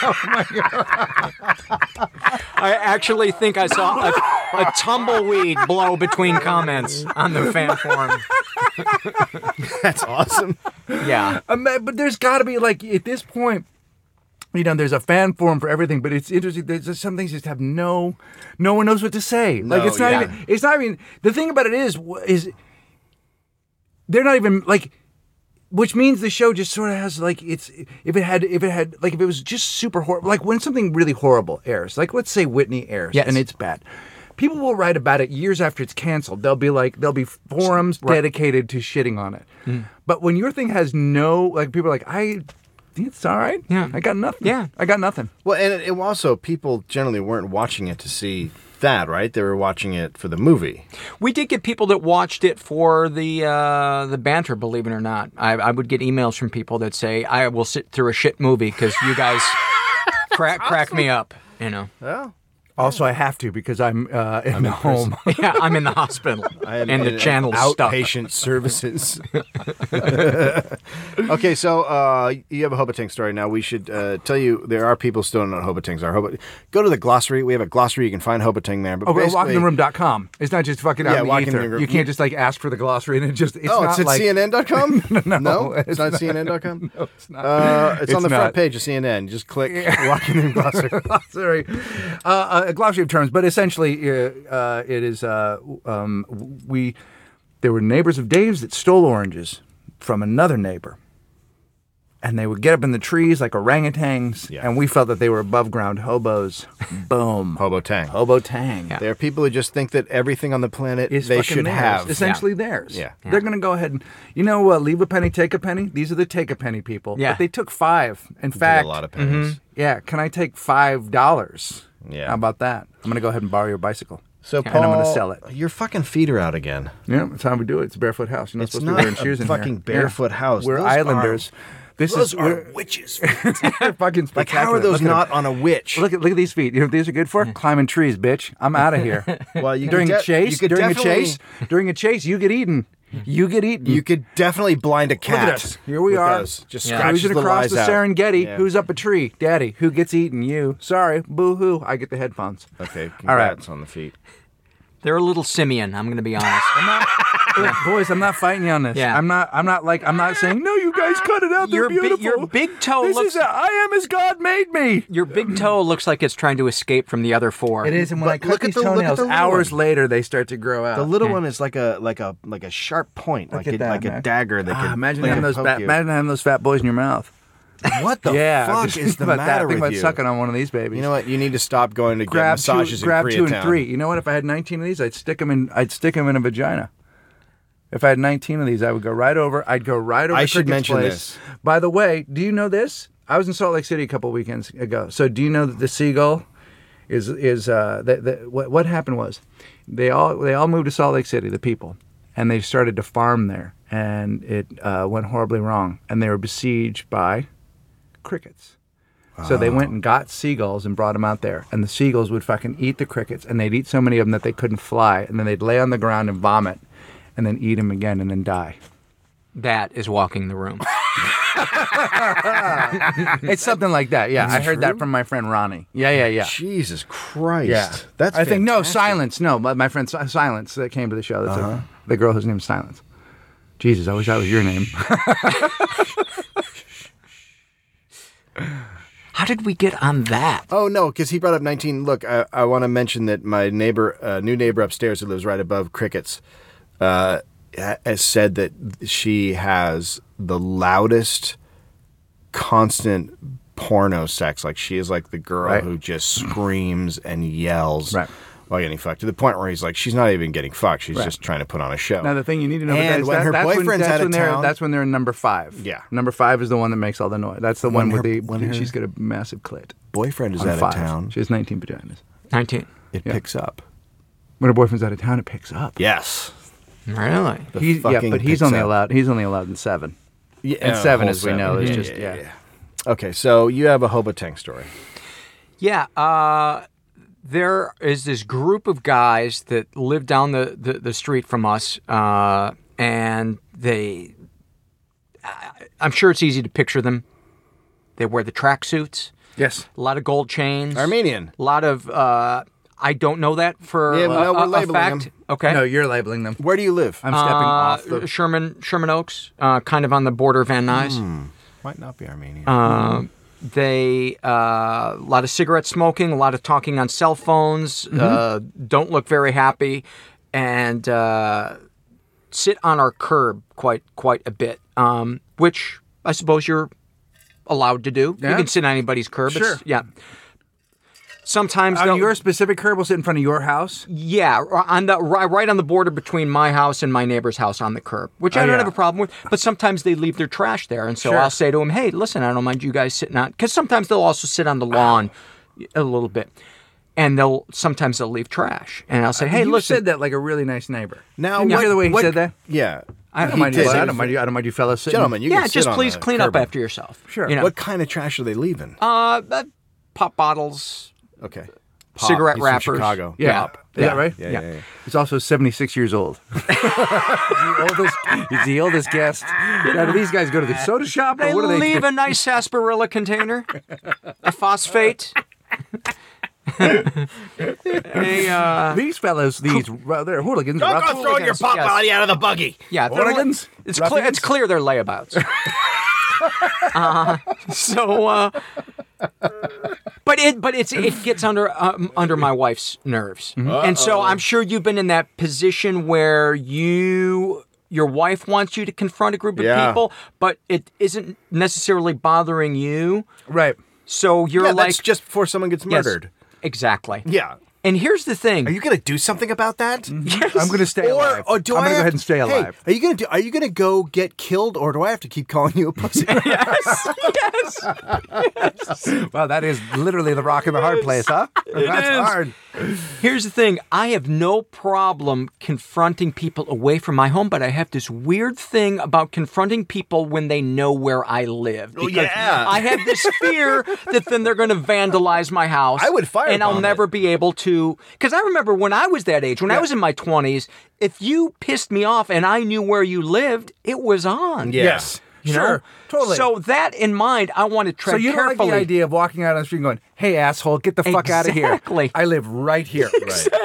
C: oh my god! I actually think I saw a, a tumbleweed blow between comments on the fan forum.
A: That's awesome. (laughs)
C: Yeah,
B: Um, but there's got to be like at this point. You know, there's a fan forum for everything, but it's interesting. There's just some things just have no, no one knows what to say. like
A: No,
B: it's not
A: yeah.
B: even. It's not even. The thing about it is, wh- is they're not even like, which means the show just sort of has like it's if it had if it had like if it was just super horrible. Like when something really horrible airs, like let's say Whitney airs
C: Yes.
B: and it's bad. People will write about it years after it's canceled. They'll be like, there'll be forums dedicated to shitting on it.
C: Mm.
B: But when your thing has no, like, people are like, I, it's all right.
C: Yeah.
B: I got nothing.
C: Yeah.
B: I got nothing.
A: Well, and it, it also people generally weren't watching it to see that, right? They were watching it for the movie.
C: we did get people that watched it for the uh, the banter. Believe it or not, I, I would get emails from people that say, "I will sit through a shit movie because you guys crack crack me up." You know. (laughs)
A: Oh.
B: Also, I have to because I'm uh, in the home.
C: yeah, I'm in
B: (laughs)
C: the hospital and the channel stuck.
A: outpatient services. (laughs) okay, so uh, you have a Hobatank story now. We should uh, tell you there are people still don't know what Hobatangs are. Hobat- go to the glossary. We have a glossary. You can find Hobatang there. But
B: Oh, but
A: basically-
B: walkingintheroom.com. It's not just fucking out
A: Yeah,
B: in the
A: walk in
B: ether.
A: the room.
B: You can't just like ask for the glossary and it just, it's
A: oh,
B: not
A: it's at
B: like, (laughs)
A: CNN.com? no, it's,
B: it's
A: not,
B: (laughs)
A: CNN.com? no,
B: it's not.
A: Uh, it's, on
B: It's
A: the
B: not.
A: front page of CNN. You just click
B: (laughs)
A: walk in the glossary.
B: glossary, uh, uh, a glossary of terms, but essentially uh, uh, it is uh, w- um, w- we. There were neighbors of Dave's that stole oranges from another neighbor, and they would get up in the trees like orangutans,
A: Yeah.
B: and we felt that they were above
A: (laughs)
B: ground hobos. Boom,
A: Hobotang.
B: hobo tang.
A: There are people who just think that everything on the planet
B: Is
A: they
B: fucking
A: should
B: theirs,
A: have.
B: essentially theirs.
A: Yeah.
B: they're gonna go ahead and you know uh, leave a penny, take a penny. These are the take a penny people.
C: Yeah.
B: but they took five. In fact, Mm-hmm.
A: a lot of pennies.
B: Yeah, can I take five dollars?
A: Yeah.
B: How about that? I'm gonna go ahead and borrow your bicycle.
A: So
B: And I'm gonna sell it.
A: Your fucking feet are out again.
B: Yeah, that's how we do it. It's a barefoot house. You're not
A: It's
B: supposed
A: not
B: to be
A: a
B: wearing shoes in
A: fucking
B: here.
A: barefoot house.
B: We're
A: Those
B: islanders. this
A: Those
B: is
A: are
B: we're, (laughs)
A: witches.
B: we're fucking
A: Like how
B: spectacular.
A: are those
B: look
A: not on a witch?
B: At, look at look at these feet. You know what these are good for? Climbing trees, bitch.
A: (laughs)
B: I'm out of here.
A: Well, you
B: during
A: could
B: a
A: de-
B: chase,
A: you could
B: during a
A: definitely-
B: chase, during a chase, you get eaten. You get eaten.
A: You could definitely blind a
B: look
A: cat.
B: at us. Here we
A: with
B: are.
A: those. Just
C: Yeah.
A: scratches
B: Cruising
A: little
B: across
A: eyes
B: the
A: out.
B: Serengeti.
A: Yeah.
B: Who's up a tree? Daddy. Who gets eaten? You. Sorry. Boo hoo. I get the headphones.
A: Okay, congrats
B: (laughs) All right.
A: on the feet.
C: They're a little simian, I'm going to
B: (laughs)
C: be honest.
B: I'm not, (laughs) Look, boys, I'm not fighting you on this.
C: Yeah.
B: I'm not. I'm not like. I'm not saying no. You (laughs) guys cut it out. They're
C: Your bi-
B: beautiful.
C: your big toe
B: This
C: looks-
B: is. A, I am as God made me.
C: Your big toe looks like it's trying to escape from the other four.
B: It is, and when I
A: But
B: cut
A: look at
B: these
A: the- look at
B: toenails,
A: the little
B: hours
A: one.
B: later they start to grow out.
A: The little one is like a like a like a sharp point, like
B: at
A: a,
B: that,
A: like
B: man.
A: a dagger that
B: Ah,
A: can
B: imagine
A: that
B: having
A: can
B: those.
A: poke
B: Fat,
A: you.
B: imagine having those fat boys in your mouth.
A: What the
B: yeah.
A: fuck
B: just
A: is
B: (laughs) think
A: the
B: about
A: matter
B: that. Think
A: with
B: about
A: you?
B: sucking on one of these babies.
A: You know what? You need to stop going to get
B: grab two,
A: massages in
B: grab two and
A: Koreatown.
B: three. You know what? If I had 19 of these, I'd stick them in. I'd stick 'em in a vagina. If I had 19 of these, I would go right over. I'd go right over.
A: I
B: to
A: should
B: Crickett's
A: mention
B: place.
A: this.
B: By the way, do you know this? I was in Salt Lake City a couple weekends ago. So do you know that the seagull is is uh, that that what what happened was they all they all moved to Salt Lake City, the people, and they started to farm there, and it uh, went horribly wrong, and they were besieged by crickets. So
A: Oh.
B: they went and got seagulls and brought them out there, and the seagulls would fucking eat the crickets, and they'd eat so many of them that they couldn't fly, and then they'd lay on the ground and vomit, and then eat them again, and
A: (laughs)
B: then die.
C: That is walking the room.
B: It's something like that. Yeah, I heard that from my friend Ronnie. Yeah, yeah, yeah.
A: Jesus Christ.
B: Yeah,
A: That's
B: I think no
A: fantastic. Uh-huh.
B: silence. No, but my friend Si- Silence that came to the show. That's a- the girl whose name's Silence. Jesus, I wish that was
A: (laughs)
B: your name.
C: How did we get on that?
A: Oh no, because he brought up 19. Look, I, I want to mention that my neighbor, uh, new neighbor upstairs who lives right above crickets, uh, ha- has said that she has the loudest, constant porno sex. Like she is like the girl
B: Right.
A: who just screams and yells
B: Right.
A: while getting fucked to the point where he's like, she's not even getting fucked. She's just trying to put on a show.
B: Now the thing you need to know
A: And
B: is
A: when
B: that,
A: her
B: that's when,
A: boyfriend's
B: that's
A: out
B: when
A: of
B: they're
A: town-
B: that's when they're in number five.
A: Yeah.
B: number five is the one that makes all the noise. That's the one
A: When
B: with
A: her-
B: the
A: when her-
B: she's got a massive clit.
A: boyfriend is
B: on
A: out
B: five.
A: of town.
B: She has 19 vaginas.
C: 19.
A: It picks up.
B: When her boyfriend's out of town, it picks up.
A: Yes.
C: Really?
A: The
B: He's, yeah,
A: fucking
B: but he's
A: picks
B: only
A: up.
B: allowed. He's only allowed in seven.
A: Yeah,
B: And
A: uh,
B: seven,
A: whole
B: as we know, is
A: Yeah,
B: just- yeah.
A: Okay, so you have a Hobotang story.
C: Yeah. Uh, there is this group of guys that live down the, the, the street from us, uh, and they. I, I'm sure it's easy to picture them. They wear the tracksuits,
B: Yes.
C: a lot of gold chains,
A: Armenian.
C: a lot of. Uh, I don't know that for
A: Yeah, well,
C: a,
A: we're
C: a- a
A: labeling
C: fact.
A: them.
C: Okay.
B: No, you're labeling them.
A: Where do you live?
B: I'm stepping off
C: Uh,
B: the.
C: Sherman Sherman Oaks, uh, kind of on the border of Van Nuys.
A: Hmm. Might not be Armenian.
C: Um, they uh, a lot of cigarette smoking, a lot of talking on cell phones.
B: Mm-hmm.
C: Uh, don't look very happy, and uh, sit on our curb quite quite a bit. Um, which I suppose you're allowed to do. You
B: Yeah.
C: can sit on anybody's curb.
B: Sure.
C: yeah. Sometimes
B: On
C: they'll-
B: your specific curb, will sit in front of your house.
C: yeah, r- on the ri- right on the border between my house and my neighbor's house on the curb, which
B: Oh,
C: I don't
B: yeah.
C: have a problem with. But sometimes they leave their trash there, and so
B: Sure.
C: I'll say to them, "Hey, listen, I don't mind you guys sitting on," because sometimes they'll also sit on the lawn a little bit, and they'll sometimes they'll leave trash, and I'll say, "Hey,
B: Uh, you
C: listen,
B: said that like a really nice neighbor.
A: now,
B: Didn't you
A: what-
B: hear the way he
A: what-
B: said that?
A: Yeah.
B: I don't
A: He
B: mind you.
A: did.
B: I don't mind you. I don't mind you, fellas. Sitting.
A: Gentlemen, you
C: yeah,
A: can sit
C: just
A: on
C: please
A: a
C: clean up
A: curb.
C: after yourself."
B: Sure.
C: You know,
A: What kind of trash are they leaving?
C: uh, uh, pop bottles,
A: okay.
C: cigarette
A: He's from
C: wrappers,
A: Chicago.
B: Yeah. Is that right?
A: Yeah, yeah, yeah.
B: He's also 76
A: (laughs)
B: years old. he's, the oldest, he's the oldest guest. Now, do these guys go to the soda shop or
C: They
B: what do they
C: leave
B: do?
C: a nice sarsaparilla container, a phosphate. (laughs) a, uh,
B: These fellows, these ru- they're hooligans. rough-
C: hooligans, yes.
A: out of the buggy.
C: Yeah, they're
B: Organs?
C: li- It's clear. It's
B: Ruffians?
C: clear
B: (laughs)
C: they're layabouts. Uh, so, uh, but it but it's it gets under um, under my wife's nerves,
B: Mm-hmm.
C: and so I'm sure you've been in that position where you your wife wants you to confront a group of
A: Yeah.
C: people, but it isn't necessarily bothering you.
B: Right.
C: So you're
A: Yeah,
C: like
A: that's just before someone gets
C: Yes,
A: murdered.
C: exactly.
A: Yeah. Mm-hmm.
C: And here's the thing.
A: Are
C: (laughs)
A: you gonna do something about that?
B: I'm going to stay
A: Or,
B: alive.
A: or do
B: I'm
A: I have
B: going to go ahead and stay
A: hey,
B: alive.
A: are you gonna do? Are you gonna go get killed, or do I have to keep calling you a pussy? (laughs)
C: yes, (laughs) yes.
B: Wow, that is literally the rock in the hard place, (laughs) huh? That's
C: is.
B: hard.
C: Here's the thing I have no problem confronting people away from my home, but I have this weird thing about confronting people when they know where I live.
A: Oh,
C: Because
A: yeah.
C: I have this fear that then they're going to vandalize my house.
A: I would firebomb
C: And I'll
A: it.
C: never be able to. Because I remember when I was that age, when I was in my 20s, if you pissed me off and I knew where you lived, it was on.
A: Yeah.
B: Yes.
C: You know?
B: sure. Totally.
C: So, that in mind, I want to tread
B: So you don't
C: carefully.
B: like the idea of walking out on the street and going, "Hey, asshole, get the fuck out of here."
C: Exactly.
B: I live right (laughs) here.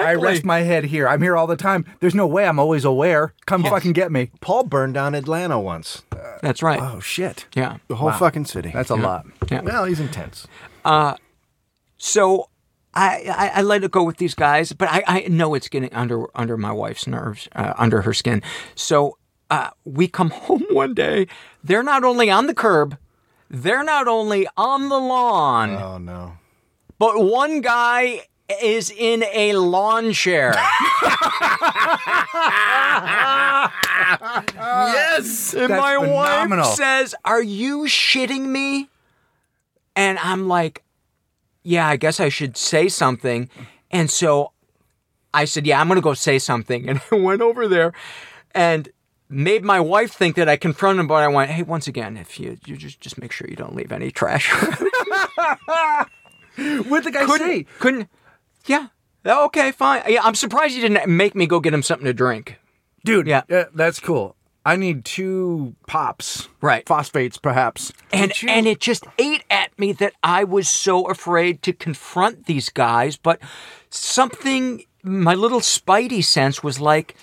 B: I rest my head here. I'm here all the time. There's no way I'm always aware. Come fucking get me.
A: Paul burned down Atlanta once.
C: That's right.
B: Oh shit.
C: yeah.
A: The whole fucking city.
B: That's a lot.
A: well, he's intense.
C: so I, I I let it go with these guys, but I, I know it's getting under under my wife's nerves, uh, under her skin. So uh, we come (laughs) home one day. They're not only on the curb, they're not only on the lawn,
B: Uh.
A: Oh no.
C: but one guy is in a lawn chair.
B: Uh,
A: Yes.
C: And
B: That's
C: my
B: phenomenal.
C: wife says, Are you shitting me? And I'm like, Yeah, I guess I should say something. And so I said, Yeah, I'm going to go say something. (laughs) And I went over there and made my wife think that I confronted him, but I went, Hey, once again, if you, you just, just make sure you don't leave any trash. (laughs)
B: What the guy say?
C: couldn't, yeah. Oh, Okay, fine. Yeah, I'm surprised you didn't make me go get him something to drink.
B: Dude,
C: Yeah.
B: uh, that's cool. I need two pops.
C: Right.
B: Phosphates, perhaps.
C: and
B: Did you-
C: and it just ate at me that I was so afraid to confront these guys, but something my little spidey sense was like,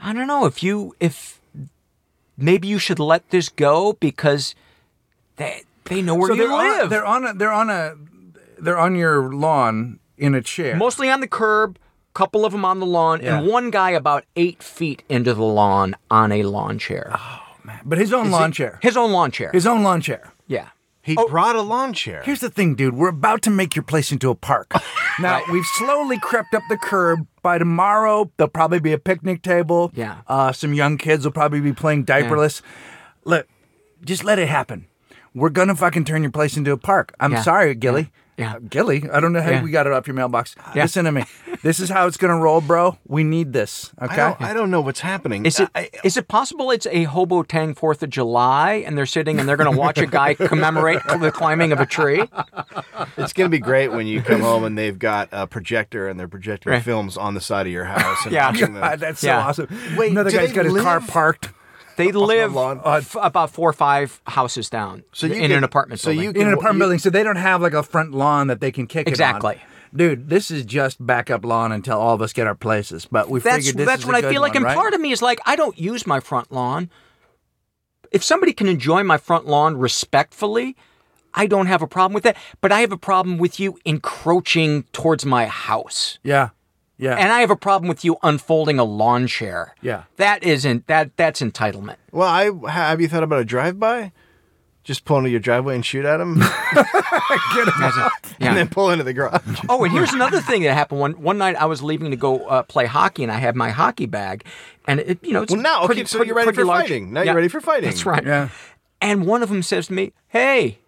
C: I don't know if you if maybe you should let this go because they they know where
B: So
C: you
B: they're on,
C: live.
B: a, they're on a they're on a they're on your lawn in a chair.
C: mostly on the curb, couple of them on the lawn, and
B: Yeah.
C: one guy about eight feet into the lawn on a lawn chair.
B: but his own lawn chair.
C: His own Ah. lawn chair.
B: His own lawn chair.
C: yeah.
D: He
A: Oh.
D: brought a lawn chair.
B: Here's the thing, dude. We're about to make your place into a
C: (laughs)
B: park. Now we've slowly crept up the curb. By tomorrow, there'll probably be a picnic table.
C: Yeah.
B: Uh, some young kids will probably be playing diaperless. Look, just let it happen. We're gonna fucking turn your place into a park. I'm
C: Yeah.
B: sorry, Gilly. Uh,
C: Yeah.
B: Gilly. I don't know how
C: Yeah.
B: we got it off your mailbox.
C: Yeah.
B: Listen to me. this is how it's gonna roll, bro. We need this. Okay.
D: I don't, I don't know what's happening.
C: Is it is
A: Uh,
D: I,
C: it possible it's a hobo tang Fourth of July and they're sitting and they're going to watch a guy commemorate (laughs) the climbing of a tree?
A: It's gonna be great when you come home and they've got a projector and they're projecting
C: Right.
A: films on the side of your house. (laughs) And
C: Yeah.
A: watching
B: God,
A: them.
B: (laughs) that's
C: Yeah.
B: so awesome.
A: Wait,
B: Another
A: do
B: guy's
A: they
B: got his car
A: live-
B: parked
C: They live
A: lawn.
C: f- about four or five houses down
A: So you
C: in
A: can-
C: an apartment
A: so
C: building.
A: you
B: in an
A: Well,
B: apartment building, so they don't have like a front lawn that they can kick it on.
C: Exactly.
B: Dude, this is just backup lawn until all of us get our places. But we
C: that's
B: figured this
C: that's
B: is
C: what
B: I
C: I feel like.
B: One,
C: and
B: right?
C: part of me is like, I don't use my front lawn. If somebody can enjoy my front lawn respectfully, I don't have a problem with that. But I have a problem with you encroaching towards my house,
B: yeah, yeah.
C: and I have a problem with you unfolding a lawn chair.
B: Yeah.
C: that isn't that that's entitlement.
A: Well, I have you thought about a drive-by? Just pull into your driveway and shoot at (laughs) them,
C: That's it. Yeah.
A: (laughs) and then pull into the
C: (laughs)
A: garage.
C: Oh, and here's another thing that happened. One one night, I was leaving to go uh, play hockey, and I had my hockey bag, and it you know it's
A: Well, now okay,
C: pretty,
A: so
C: pretty-
A: you're ready
C: pretty
A: for
C: large.
A: fighting. Now
C: Yeah.
A: you're ready for fighting.
C: That's right.
B: yeah.
C: And one of them says to me, "Hey,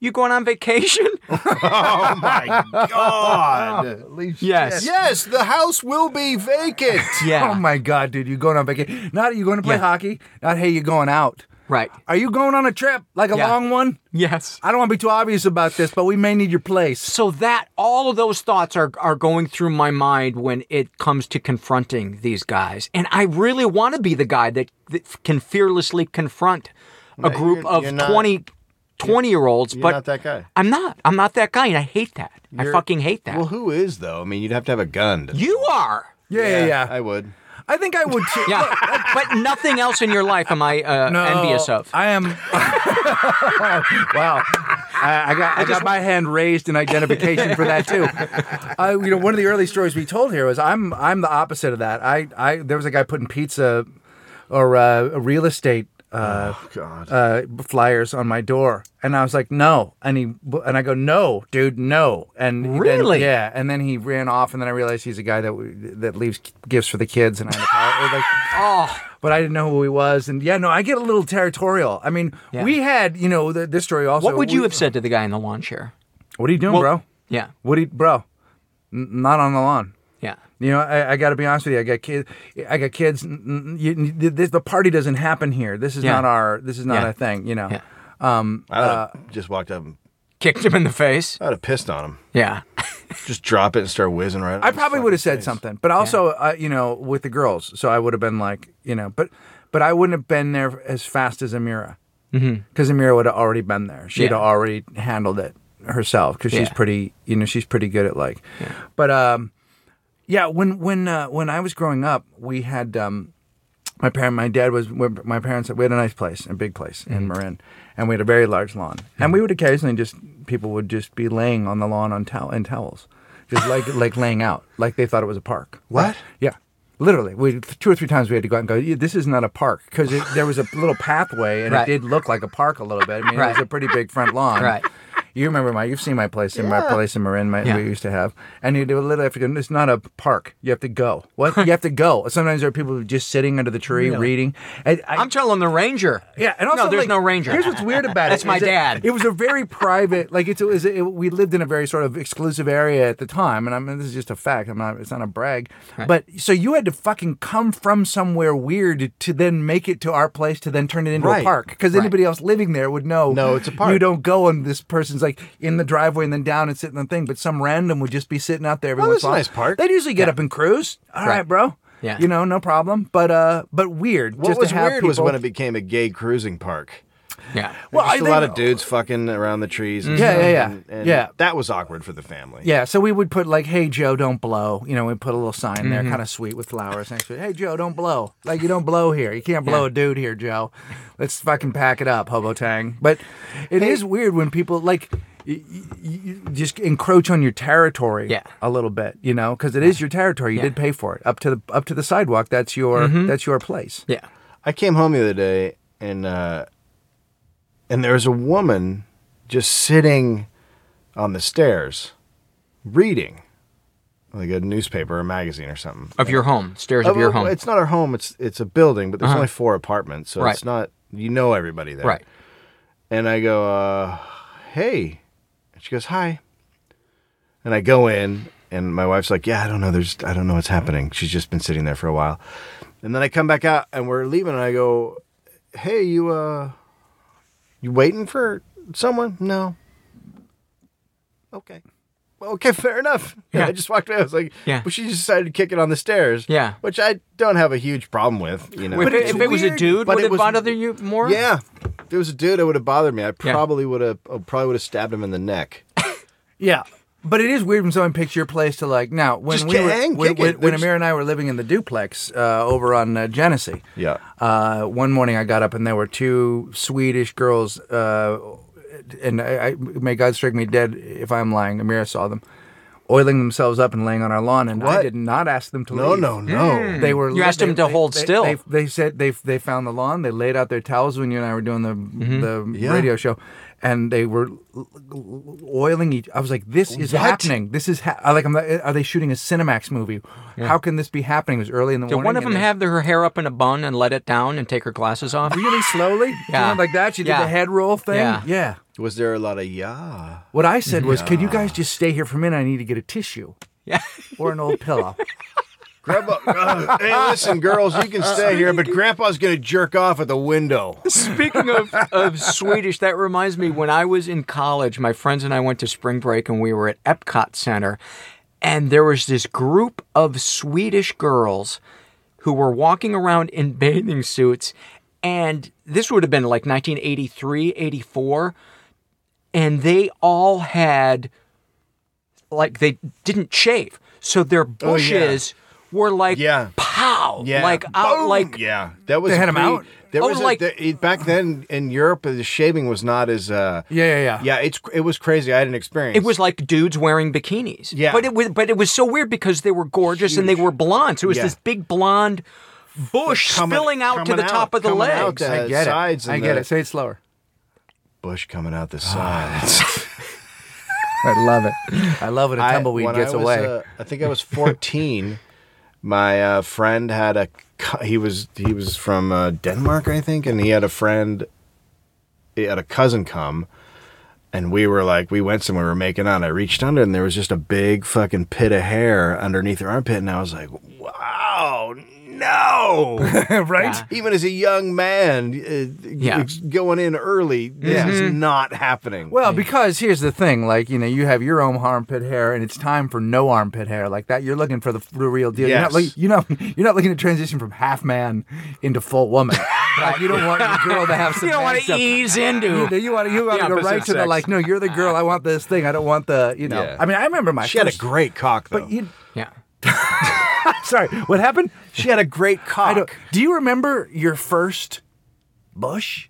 C: you going
A: (laughs)
C: on vacation?"
A: Oh, God.
C: yes.
A: yes, the house will be vacant.
C: Yeah.
B: Oh my God, dude, you going on vacation? Not you going to play
C: Yeah.
B: hockey? Not hey, you going out?
C: Right.
B: Are you going on a trip like a
C: Yeah.
B: long one?
C: Yes.
B: I don't want to be too obvious about this, but we may need your place.
C: So that all of those thoughts are are going through my mind when it comes to confronting these guys, and I really want to be the guy that, that can fearlessly confront a group
A: you're-
C: of
A: you're not-
C: 20 20 year olds.
A: You're
C: But
A: not that guy.
C: I'm not. I'm not that guy, and I hate that. I
A: You're-
C: fucking hate that.
A: Well, who is though? I mean, you'd have to have a gun. To...
C: you are.
B: Yeah, yeah, yeah.
A: I would.
B: I, think I would too.
C: Yeah. but nothing else in your life am I
B: (laughs)
C: uh,
B: No, Ah,
C: envious of.
B: I (laughs) am. wow, I, I got I, got my hand raised in identification for that too. (laughs) I, you know, one of the early stories we told here was I'm I'm the opposite of that. I I there was a guy putting pizza or uh, real estate. Uh,
A: Oh, God.
B: uh, flyers on my door, and I was like, "No," and he and I go, "No, dude, no." And then-
C: Really?
B: yeah. And then he ran off, and then I realized he's a guy that we, that leaves gifts for the kids, and I. am like,
C: oh,
B: but I didn't know who he was. And yeah, no, I get a little territorial. I mean,
C: Yeah.
B: we had, you know, th this story also.
C: what would you
B: we-
C: have said to the guy in the lawn chair?
B: What are you doing, bro?
C: Yeah.
B: What are you, bro? N- not on the lawn.
C: Yeah.
B: You know, I, I got to be honest with you. I got kids. I got kids. N- n- you, n- this, the party doesn't happen here. This is
C: Yeah.
B: not our. This is not a
C: Yeah.
B: thing. You know.
C: Yeah.
A: I would
B: uh,
A: have just walked up. and
C: Kicked him in the face.
A: I would have pissed on him.
B: (laughs)
C: Yeah.
A: Just drop it and start whizzing right.
B: I probably would have said something, but also, uh, you know, with the girls, so I would have been like, you know, but but I wouldn't have been there as fast as Amira, because Amira would have already been there. She'd
C: Mm-hmm. Yeah.
B: have already handled it herself because she's
C: Yeah.
B: pretty, you know, she's pretty good at like, but um, yeah. When when uh, when I was growing up, we had um, my parent, my dad was my parents. We had a nice place, a big place
C: Mm-hmm.
B: in Marin, and we had a very large lawn. And we would occasionally just people would just be laying on the lawn on towel in towels, just
C: (laughs)
B: like like laying out, like they thought it was a park.
A: What?
B: Yeah, literally. We two or three times we had to go out and go. "Yeah, This is not a park because there was a little pathway and
C: Right.
B: it did look like a park a little bit. I mean, it was
C: Right.
B: a pretty big front lawn.
C: Right.
B: You remember my? You've seen my place in my place in Marin. My,
C: Yeah.
B: We used to have, and you do a little. Have to go. It's not a park. You have to go. What? you have to go. Sometimes there are people who are just sitting under the tree reading. And I,
C: I'm telling the ranger.
B: yeah, and also
C: no, there's
B: like,
C: no ranger.
B: Here's what's
A: (laughs)
B: weird about it.
C: That's my
B: is that
C: dad.
B: It was a very private, like it's, it was. It, we lived in a very sort of exclusive area at the time, and I mean this is just a fact. I'm not. It's not a brag. But so you had to fucking come from somewhere weird to then make it to our place to then turn it into a
A: Right.
B: park because anybody else living there would know.
A: No, it's a park.
B: You don't go and this person's like in the driveway and then down and sitting on the thing. But some random would just be sitting out there. Every
A: Well,
B: once
A: it's
B: in
A: a
B: while.
A: nice park.
B: They'd usually get up and cruise. All right, bro.
C: Yeah.
B: You know, no problem. But uh, but weird.
A: What
B: just
A: was
B: to have
A: weird was
B: people-
A: when it became a gay cruising park.
C: Yeah.
A: Well, just
B: I
A: a
B: think-
A: lot of dudes fucking around the trees. And
B: Yeah,
A: stuff,
B: yeah, yeah.
A: and- and
B: Yeah.
A: That was awkward for the family.
B: Yeah, so we would put like, "Hey Joe, don't blow." You know, we put a little sign there,
A: Mm-hmm.
B: kind of sweet with flowers next to it. "Hey Joe, don't blow." Like you don't blow here. You can't blow a dude here, Joe. Let's fucking pack it up, hobo tang. But it is weird when people like y- y- y- just encroach on your territory
C: Yeah.
B: a little bit, you know, because it is your territory. You did pay for it up to the up to the sidewalk. That's your
A: Mm-hmm.
B: that's your place.
C: Yeah.
A: I came home the other day and uh, and there was a woman just sitting on the stairs reading like a newspaper or magazine or something.
C: Of your home, stairs of
A: Uh,
C: your
A: well,
C: home. Uh-huh.
A: It's not our home. It's it's a building, but there's only four apartments, so
C: Right.
A: it's not you know everybody there.
C: Right.
A: And I go, uh, hey, and she goes, hi. And I go in, and my wife's like, yeah, I don't know. There's I don't know what's happening. She's just been sitting there for a while, and then I come back out, and we're leaving, and I go, hey, you uh, you waiting for someone? No. Okay. Well, Okay, (laughs) fair enough.
C: Yeah.
A: I just walked away. I was like,
C: Yeah.
A: But she just decided to kick it on the stairs.
C: Yeah.
A: Which I don't have a huge problem with, you know.
C: If, it, if it was a
B: weird,
C: dude,
A: but
C: would
A: it
C: it,
A: was-
C: bother you more?
A: yeah. If it was a dude, it would have bothered me. I
C: Yeah.
A: probably would have I probably would have stabbed him in the neck.
B: Yeah. But it is weird when someone picks your place to like now when
A: Just
B: we were,
A: hang,
B: when,
A: kick
B: when,
A: it.
B: when
A: There's-
B: Amir and I were living in the duplex uh, over on uh, Genesee.
A: Yeah.
B: Uh, one morning I got up and there were two Swedish girls, uh, and I, I, may God strike me dead if I'm lying. Amira saw them oiling themselves up and laying on our lawn, and I
A: What?
B: did not ask them to
A: No,
B: leave.
A: no,
B: Mm.
A: no.
B: They were.
C: You asked
B: they-
C: them to
B: they-
C: hold
B: they-
C: still.
B: They, they said they they found the lawn. They laid out their towels when you and I were doing the the
A: Mm-hmm. Yeah.
B: radio show, and they were l- l- oiling each. I was like, "This is
A: What?
B: happening. This is ha-. I like. I'm like, are they shooting a Cinemax movie? How can this be happening?" It was early in the
C: Did
B: morning.
C: one of
B: and
C: them
B: they-
C: have their hair up in a bun and let it down and take her glasses off?
B: really slowly?
C: Yeah.
B: You know, like that. She did
C: Yeah.
B: the head roll thing.
C: Yeah.
A: Was there a lot of yeah?
B: What I said was, "Could you guys just stay here for a minute? I need to get a tissue
C: (laughs) Yeah.
B: or an old pillow."
A: Grandpa, uh, hey, listen, girls, you can stay here, but Grandpa's gonna jerk off at the window.
C: Speaking of, of Swedish, that reminds me when I was in college, my friends and I went to spring break and we were at Epcot Center, and there was this group of Swedish girls who were walking around in bathing suits. And this would have been like 1983, 84. And they all had, like, they didn't shave. So their bushes were like,
A: Oh, Yeah.
C: pow.
A: Yeah,
C: Like, out,
A: Boom!
C: like,
A: yeah, that was
B: They had 'em
A: pretty-
B: out?
A: There
C: Oh,
A: was a-
C: like-
A: the- back then in Europe, the shaving was not as uh,
B: Yeah, yeah, yeah.
A: (laughs) yeah. It's it was crazy. I had an experience.
C: It was like dudes wearing bikinis.
A: Yeah.
C: But it was but it was so weird because they were gorgeous and they were blonde. So it was
A: Yeah.
C: this big blonde bush
A: Coming-
C: spilling out to
A: coming
C: the top
A: out,
C: of the
A: coming out
C: legs.
A: the
B: I get
A: sides
B: it. I
A: and
B: get
A: the-
B: it. Say it slower.
A: bush coming out the sides.
B: I love it. I love it. A
A: I-
B: tumbleweed
A: when
B: gets
A: I was,
B: away.
A: uh, I think I was 14. (laughs) my uh, friend had a cu- he was he was from uh, Denmark, I think, and he had a friend. He had a cousin come, and we were like we went somewhere, we were making out. I reached under, and there was just a big fucking pit of hair underneath her armpit, and I was like, wow, no.
B: (laughs) right?
A: Even as a young man, uh,
C: Yeah.
A: ex- going in early, this is not happening.
B: Mm-hmm. Well, because here's the thing, like you know, you have your own armpit hair, and it's time for no armpit hair like that. You're looking for the, the real deal.
A: Yes.
B: You're not, like, you know, you're not looking to transition from half man into
A: (laughs)
B: full woman. Like, you don't want your girl to have some.
C: (laughs) You don't
B: man
C: want to
B: stuff.
C: ease
B: You,
C: into
B: know, you want to you want to go
A: opposite
B: right to the
A: sex.
B: like. No, you're the girl. I want this thing. I don't want the. You know.
A: Yeah.
B: I mean, I remember my.
A: she had a
B: first-
A: great cock, though.
B: But you,
C: Yeah.
B: (laughs) sorry, what happened?
A: she had a great cock.
B: (laughs) I don't. Do you remember your first bush?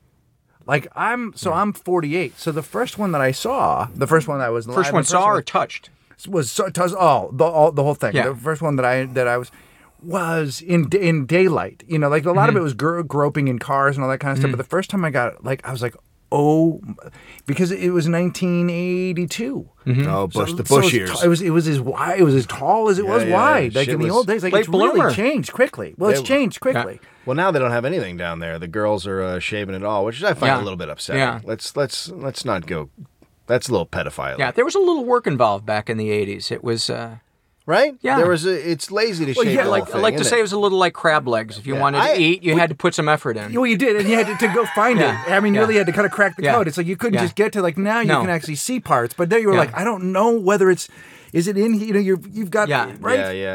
B: Like I'm, so I'm 48. So the first one that I saw, the first one I was
C: First one saw or touched.
B: was so, it was all the all, the whole thing.
C: Yeah.
B: The first one that I that I was was in in daylight. You know, like a lot of it was gro- groping in cars and all that kind of stuff. But the first time I got it, like I was like, oh, because it was 1982.
A: Oh, bush the
B: So
A: bush
B: it was
A: ears.
B: t- It was it was as wide. It was as tall as it was
A: yeah, yeah.
B: wide. Like
A: Shit
B: in the
A: was-
B: old days, like
C: Late
B: it's really
C: bloomer.
B: changed quickly. Well, it's
A: They-
B: changed quickly.
A: Well, now they don't have anything down there. The girls are uh, shaving it all, which I find
C: Yeah.
A: a little bit upsetting.
C: Yeah.
A: Let's let's let's not go. That's a little pedophile.
C: Yeah. There was a little work involved back in the eighties. It was uh,
A: Right.
C: Yeah.
A: There was a, it's lazy to shave.
B: yeah,
A: the
B: like-
A: whole
C: I
A: thing,
C: like to
A: isn't
C: say it
A: it?
C: was a little like crab legs. If you wanted
A: I-
C: to eat, you had to put some effort in.
B: Well, you did, and you had
C: (laughs)
B: to, to go find
C: Yeah.
B: it. I mean, you
C: Yeah.
B: really had to kind of crack the
C: Yeah.
B: code. It's like you couldn't
C: Yeah.
B: just get to like now you
C: No.
B: can actually see parts, but there you were
C: Yeah.
B: like, I don't know whether it's is it in here. You know, you're you've got
C: Yeah.
B: right.
A: Yeah, yeah.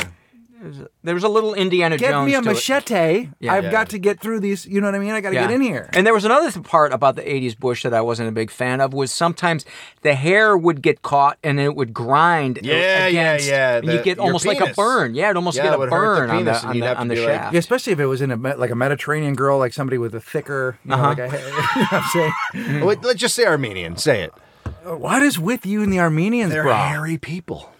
C: There was a little Indiana
B: Get
C: Jones.
B: me a
C: to it.
B: machete.
C: Yeah.
B: I've
C: Yeah.
B: got to get through these. You know what I mean? I got to get
C: Yeah.
B: in here.
C: And there was another th- part about the 80s Bush that I wasn't a big fan of was sometimes the hair would get caught and it would grind. a-
D: Yeah, yeah,
C: against,
D: yeah,
C: And
D: the-
C: you get
D: your
C: almost like a
D: penis.
C: burn. Yeah, it almost
D: Yeah,
C: get
D: it
C: a
D: would hurt the
C: burn on the,
D: penis and
C: on
D: you'd
C: the,
D: have
C: on
D: to
C: the
D: be like-
C: shaft.
B: Yeah, especially if it was in a me- like a Mediterranean girl, like somebody with a thicker, you know,
C: Uh-huh.
B: like a, (laughs) you know what I'm saying?
D: Let, us just say Armenian. Say it.
B: What is with you and the Armenians,
D: They're
B: bro?
D: hairy people.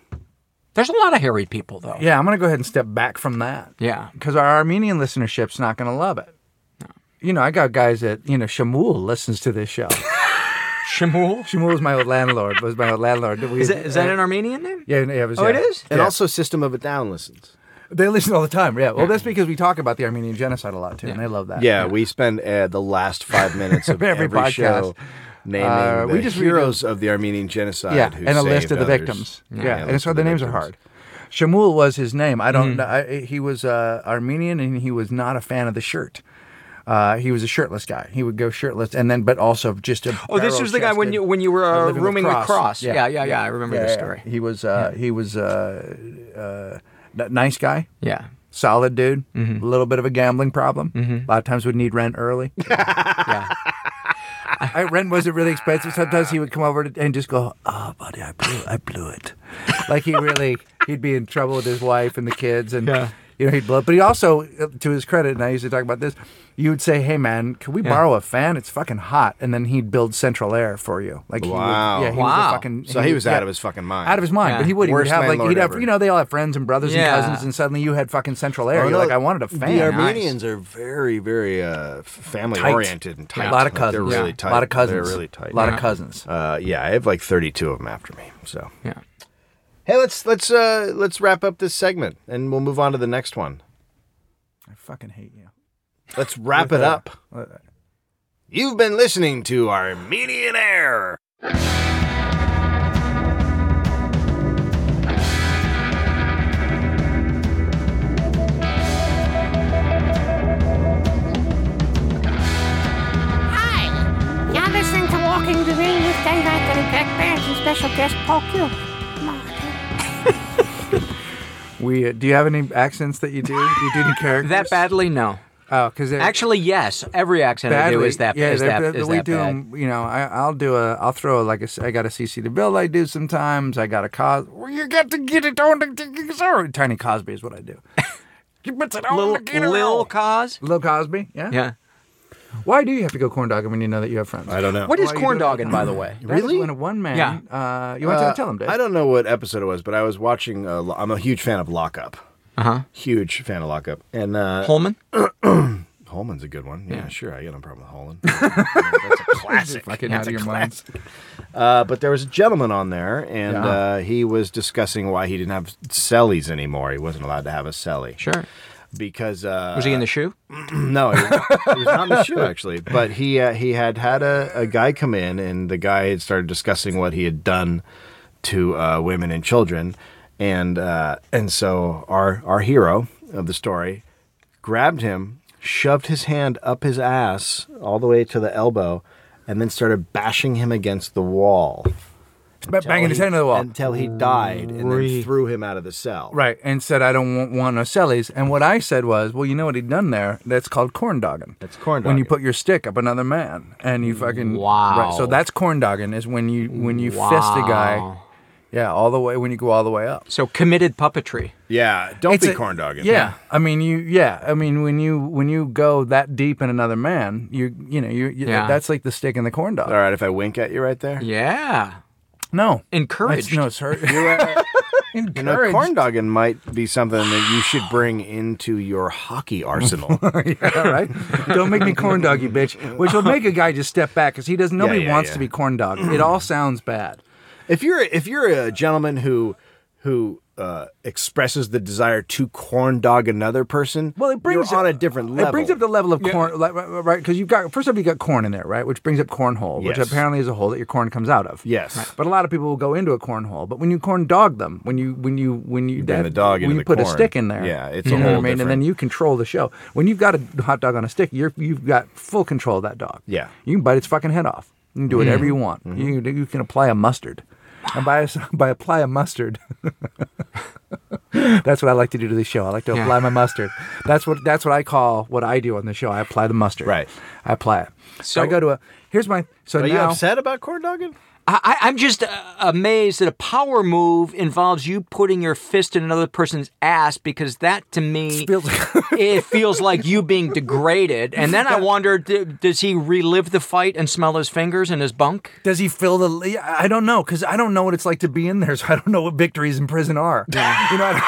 C: There's a lot of hairy people, though.
B: Yeah, I'm gonna go ahead and step back from that.
C: Yeah.
B: because our Armenian listenership's not gonna love it. You know, I got guys that you know Shamul listens to this
C: (laughs)
B: show.
C: Shmuel?
B: Shamul was my old landlord. Was my old landlord. We-
C: Is that, is that an Armenian name?
B: Yeah, yeah, it was,
C: Oh, it
B: yeah.
C: is?
A: And
B: Yeah.
A: also, System of a Down listens.
B: They listen all the time. Yeah. Well, that's because we talk about the Armenian genocide a lot too, and they love that.
A: Yeah, we spend uh, the last five minutes of
B: (laughs) Every
A: every,
B: podcast.
A: show naming
B: Uh,
A: the
B: we just read
A: heroes of the Armenian genocide.
B: Yeah,
A: who
B: and a list
A: saved
B: of the
A: others.
B: victims. Yeah,
A: a
B: and
A: list
B: it's hard.
A: of
B: The names are
A: victims. Hmm.
B: hard. Shamul was his name. I don't know. I, he was uh, Armenian, and he was not a fan of the shirt. Uh, he was a shirtless guy. He would go shirtless, and then but also just a.
C: Oh, this was the guy when you when you were
B: uh,
C: uh,
B: living with
C: rooming with
B: Cross.
C: Cross.
B: Yeah.
C: Yeah. yeah, yeah, I remember
B: yeah,
C: this
B: yeah.
C: story.
B: He was uh, he was uh, uh, n- nice guy.
C: Yeah.
B: Solid dude,
C: Mm-hmm.
B: a little bit of a gambling problem. A lot of times would need rent
A: (laughs)
B: early.
C: Yeah.
B: I, rent wasn't really expensive. Sometimes he would come over to- and just go, "Oh, buddy, I blew, I blew it." Like he really, he'd be in trouble with his wife and the kids, and
C: Yeah.
B: you know he'd blow. it. But he also, uh, to his credit, and I used to talk about this, you would say, "Hey, man, can we borrow a fan? It's fucking hot," and then he'd build central air for you. Like
D: Wow.
B: he would, yeah, he was a
C: Wow.
B: fucking.
A: So he was
B: yeah,
A: out of his fucking mind.
B: Out of his mind,
C: Yeah.
B: but he would. He would
A: Worst
B: have like
A: landlord
B: he'd have
A: ever.
B: you know they all have friends and brothers
C: Yeah.
B: and cousins and suddenly you had fucking central air.
A: Oh,
B: You're
A: no,
B: like I wanted a fan.
A: The
C: Nice.
A: Armenians are very, very uh, family
B: Tight.
A: oriented and tight.
B: A lot of
A: Like,
B: cousins.
A: They're really tight.
B: A lot of cousins.
A: They're really tight.
B: A lot of
C: Yeah.
B: cousins.
A: Uh, yeah, I have like 32 of them after me. So
C: Yeah.
A: hey, let's let's uh, let's wrap up this segment and we'll move on to the next one.
B: I fucking hate you.
A: Let's wrap it up. You've been listening to Armenian Air.
E: Hi! You're listening to Walking the Ring with Dave Icon and Greg Barnes and special guest Paul Q. Come on, dude.
B: We uh, do you have any accents that you do? You do
C: (laughs)
B: any characters
C: That badly? No.
B: Oh, because
C: Actually, yes. Every accent I do
B: badly
C: is that.
B: Yeah,
C: is
B: they're-
C: that,
B: they're-
C: is
B: we
C: that
B: do
C: bad.
B: 'em, You know, I, I'll do a. I'll throw a, like a. s- I got a CC to build. I do sometimes. I got a cos. Well, you got to get it on. the- Sorry, "Oh, Tiny Cosby is what I do. (laughs) you put it on
C: Lil,
B: the get it
C: Lil
B: on.
C: Cos?
B: Lil Cosby. Yeah.
C: Yeah.
B: Why do you have to go corn dogging when you know that you have friends?
A: I don't know.
C: What is
B: Why you
C: corn
B: doing
C: dogging, by the way?
B: That is
A: Really?
B: When a one man.
C: Yeah.
B: Uh, you want to tell him, Dave?
A: I don't know what episode it was, but I was watching. Uh, Lo- I'm a huge fan of Lockup. Uh
B: Uh-huh.
A: huh. Huge fan of Lockup. And uh,
C: Pullman?
A: Holman's a good one. Yeah, sure. I got no problem with
C: (laughs)
A: Holman. That's a classic.
B: Fucking out of your mind.
A: Uh, but there was a gentleman on there, and
B: Yeah.
A: uh, he was discussing why he didn't have cellies anymore. He wasn't allowed to have a cellie
C: Sure.
A: because uh,
C: Was he in the shoe?
A: (clears throat) no, he was, he was
B: (laughs)
A: not in the shoe actually. But he uh, he had had a, a guy come in, and the guy had started discussing what he had done to uh, women and children, and uh, and so our our hero of the story grabbed him, shoved his hand up his ass all the way to the elbow, and then started bashing him against the wall
B: Banging his head into the wall.
A: until he died, and then threw him out of the cell.
B: Right, and said I don't want, want no sellies. And what I said was, well, you know what he'd done there? That's called corn dogging.
A: That's corn
B: When you
A: dogging.
B: put your stick up another man and you fucking
C: Wow.
B: Right, so that's corn dogging is when you when you fist a guy,
C: Wow.
B: yeah, all the way when you go all the way up.
C: So committed puppetry.
D: Yeah, don't
B: It's
D: be
B: a-
D: corn dogging.
B: Yeah. I mean you. Yeah, I mean when you when you go that deep in another man, you you know you, you
C: Yeah.
B: that's like the stick and the corn dog.
A: All right, if I wink at you right there.
C: Yeah.
B: No,
C: Encouraged.
B: That's- no, it's hurt. (laughs) Encouraged.
A: uh, You know,
B: (laughs)
A: corn dogging might be something that you should bring into your hockey
B: (laughs)
A: arsenal.
B: All right, don't make me corn dog you, bitch. Which will make a guy just step back because he doesn't. Nobody
A: yeah,
B: wants
A: yeah.
B: to be corn dog. It all sounds bad.
A: if you're if you're a gentleman who who uh, expresses the desire to corn dog another person,
B: Well, it brings
A: you're on
B: up-
A: a different level.
B: It brings up the level of corn, like, right, right? Because you've got first up, you got corn in there, right? Which brings up cornhole, which
A: Yes.
B: apparently is a hole that your corn comes out of.
A: Yes.
B: But a lot of people will go into a cornhole. But when you corn dog them, when you when you when you,
A: bring the dog
B: when
A: into
B: you
A: the
B: put a
A: corn.
B: stick in there,
A: Yeah, it's
B: you
A: a
B: know what I
A: whole
B: mean. And then
A: different-
B: you control the show. When you've got a hot dog on a stick, you're you've got full control of that dog.
A: Yeah. Mm-hmm.
B: You can bite its fucking head off. You can do whatever you want. You You you can apply a mustard. and by, (laughs) by apply a mustard. that's what I like to do to the show. I like to
C: Yeah.
B: apply my mustard. That's what that's what I call what I do on the show. I apply the mustard.
A: Right.
B: I apply it. So
C: So-
B: I go to a. Here's my. So
A: Are you
B: now
A: upset about corn dogging?
C: I, I- I'm just uh, amazed that a power move involves you putting your fist in another person's ass because that to
B: (laughs)
C: me
B: feels-
C: it feels like you being degraded. And then I wondered, d- does he relive the fight and smell his fingers in his bunk?
B: Does he feel the? yeah, I don't know because I don't know what it's like to be in there, so I don't know what victories in prison are. (laughs) You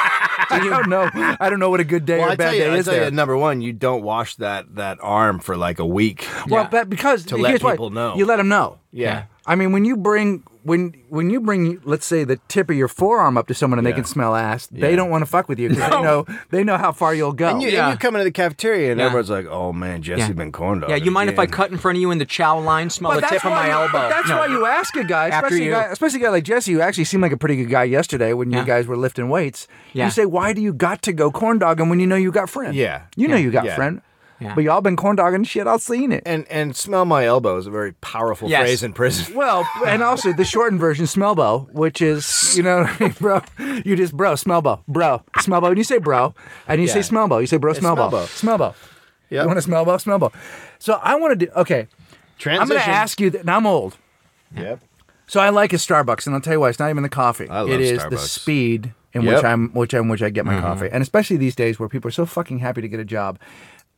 B: know, I don't, I don't know. I don't know what a good day
A: Well,
B: or
A: I
B: a bad
A: tell you,
B: day
A: I
B: is
A: tell you,
B: there.
A: number one, you don't wash that that arm for like a week.
B: Well,
C: Yeah.
B: but because
A: To let
B: here's why.
A: people know.
B: you let them know.
A: Yeah.
B: I mean, when you bring when when you bring let's say the tip of your forearm up to someone and they
A: Yeah.
B: can smell ass, they don't want to fuck with you because they know they know how far you'll go.
A: And you,
C: Yeah.
A: and you come into the cafeteria and
C: Yeah.
A: everyone's like, "Oh man, Jesse
C: Yeah.
A: been corn dogging."
C: Yeah, you mind if I
A: again."
C: cut in front of you in the chow line, smell
B: But
C: the
B: that's
C: tip of
B: why
C: my
B: you-
C: elbow?
B: but that's
C: No.
B: why you ask a guy,
C: After
B: especially
C: you.
B: a guy, especially a guy like Jesse, who actually seemed like a pretty good guy yesterday when
C: Yeah.
B: you guys were lifting weights.
C: Yeah.
B: You say, "Why do you got to go corn dogging when you know you got friend?"
A: Yeah.
B: you know you got
A: Yeah.
B: friend.
C: Yeah.
B: But y'all been corn dogging shit. I've seen it.
A: And and smell my elbow is a very powerful
C: Yes.
A: phrase in prison.
B: Well, and also the shortened version, Smellbo, which is, you know what I mean, bro? You just, bro, Smellbo, bro, Smellbo. And you say bro, and you say
A: Yeah.
B: Smellbo. You say bro, Smellbo.
A: Smellbo.
B: Smellbo.
A: Yep.
B: You want to Smellbo? Smellbo. So I want to do, okay, I'm going to
A: Transition.
B: ask you, that, and I'm old,
A: Yep.
B: so I like a Starbucks, and I'll tell you why, it's not even the coffee.
A: I love
B: it is the
A: Starbucks.
B: speed in
A: Yep. Mm-hmm.
B: which I'm, which I'm, which I get my coffee. And especially these days where people are so fucking happy to get a job.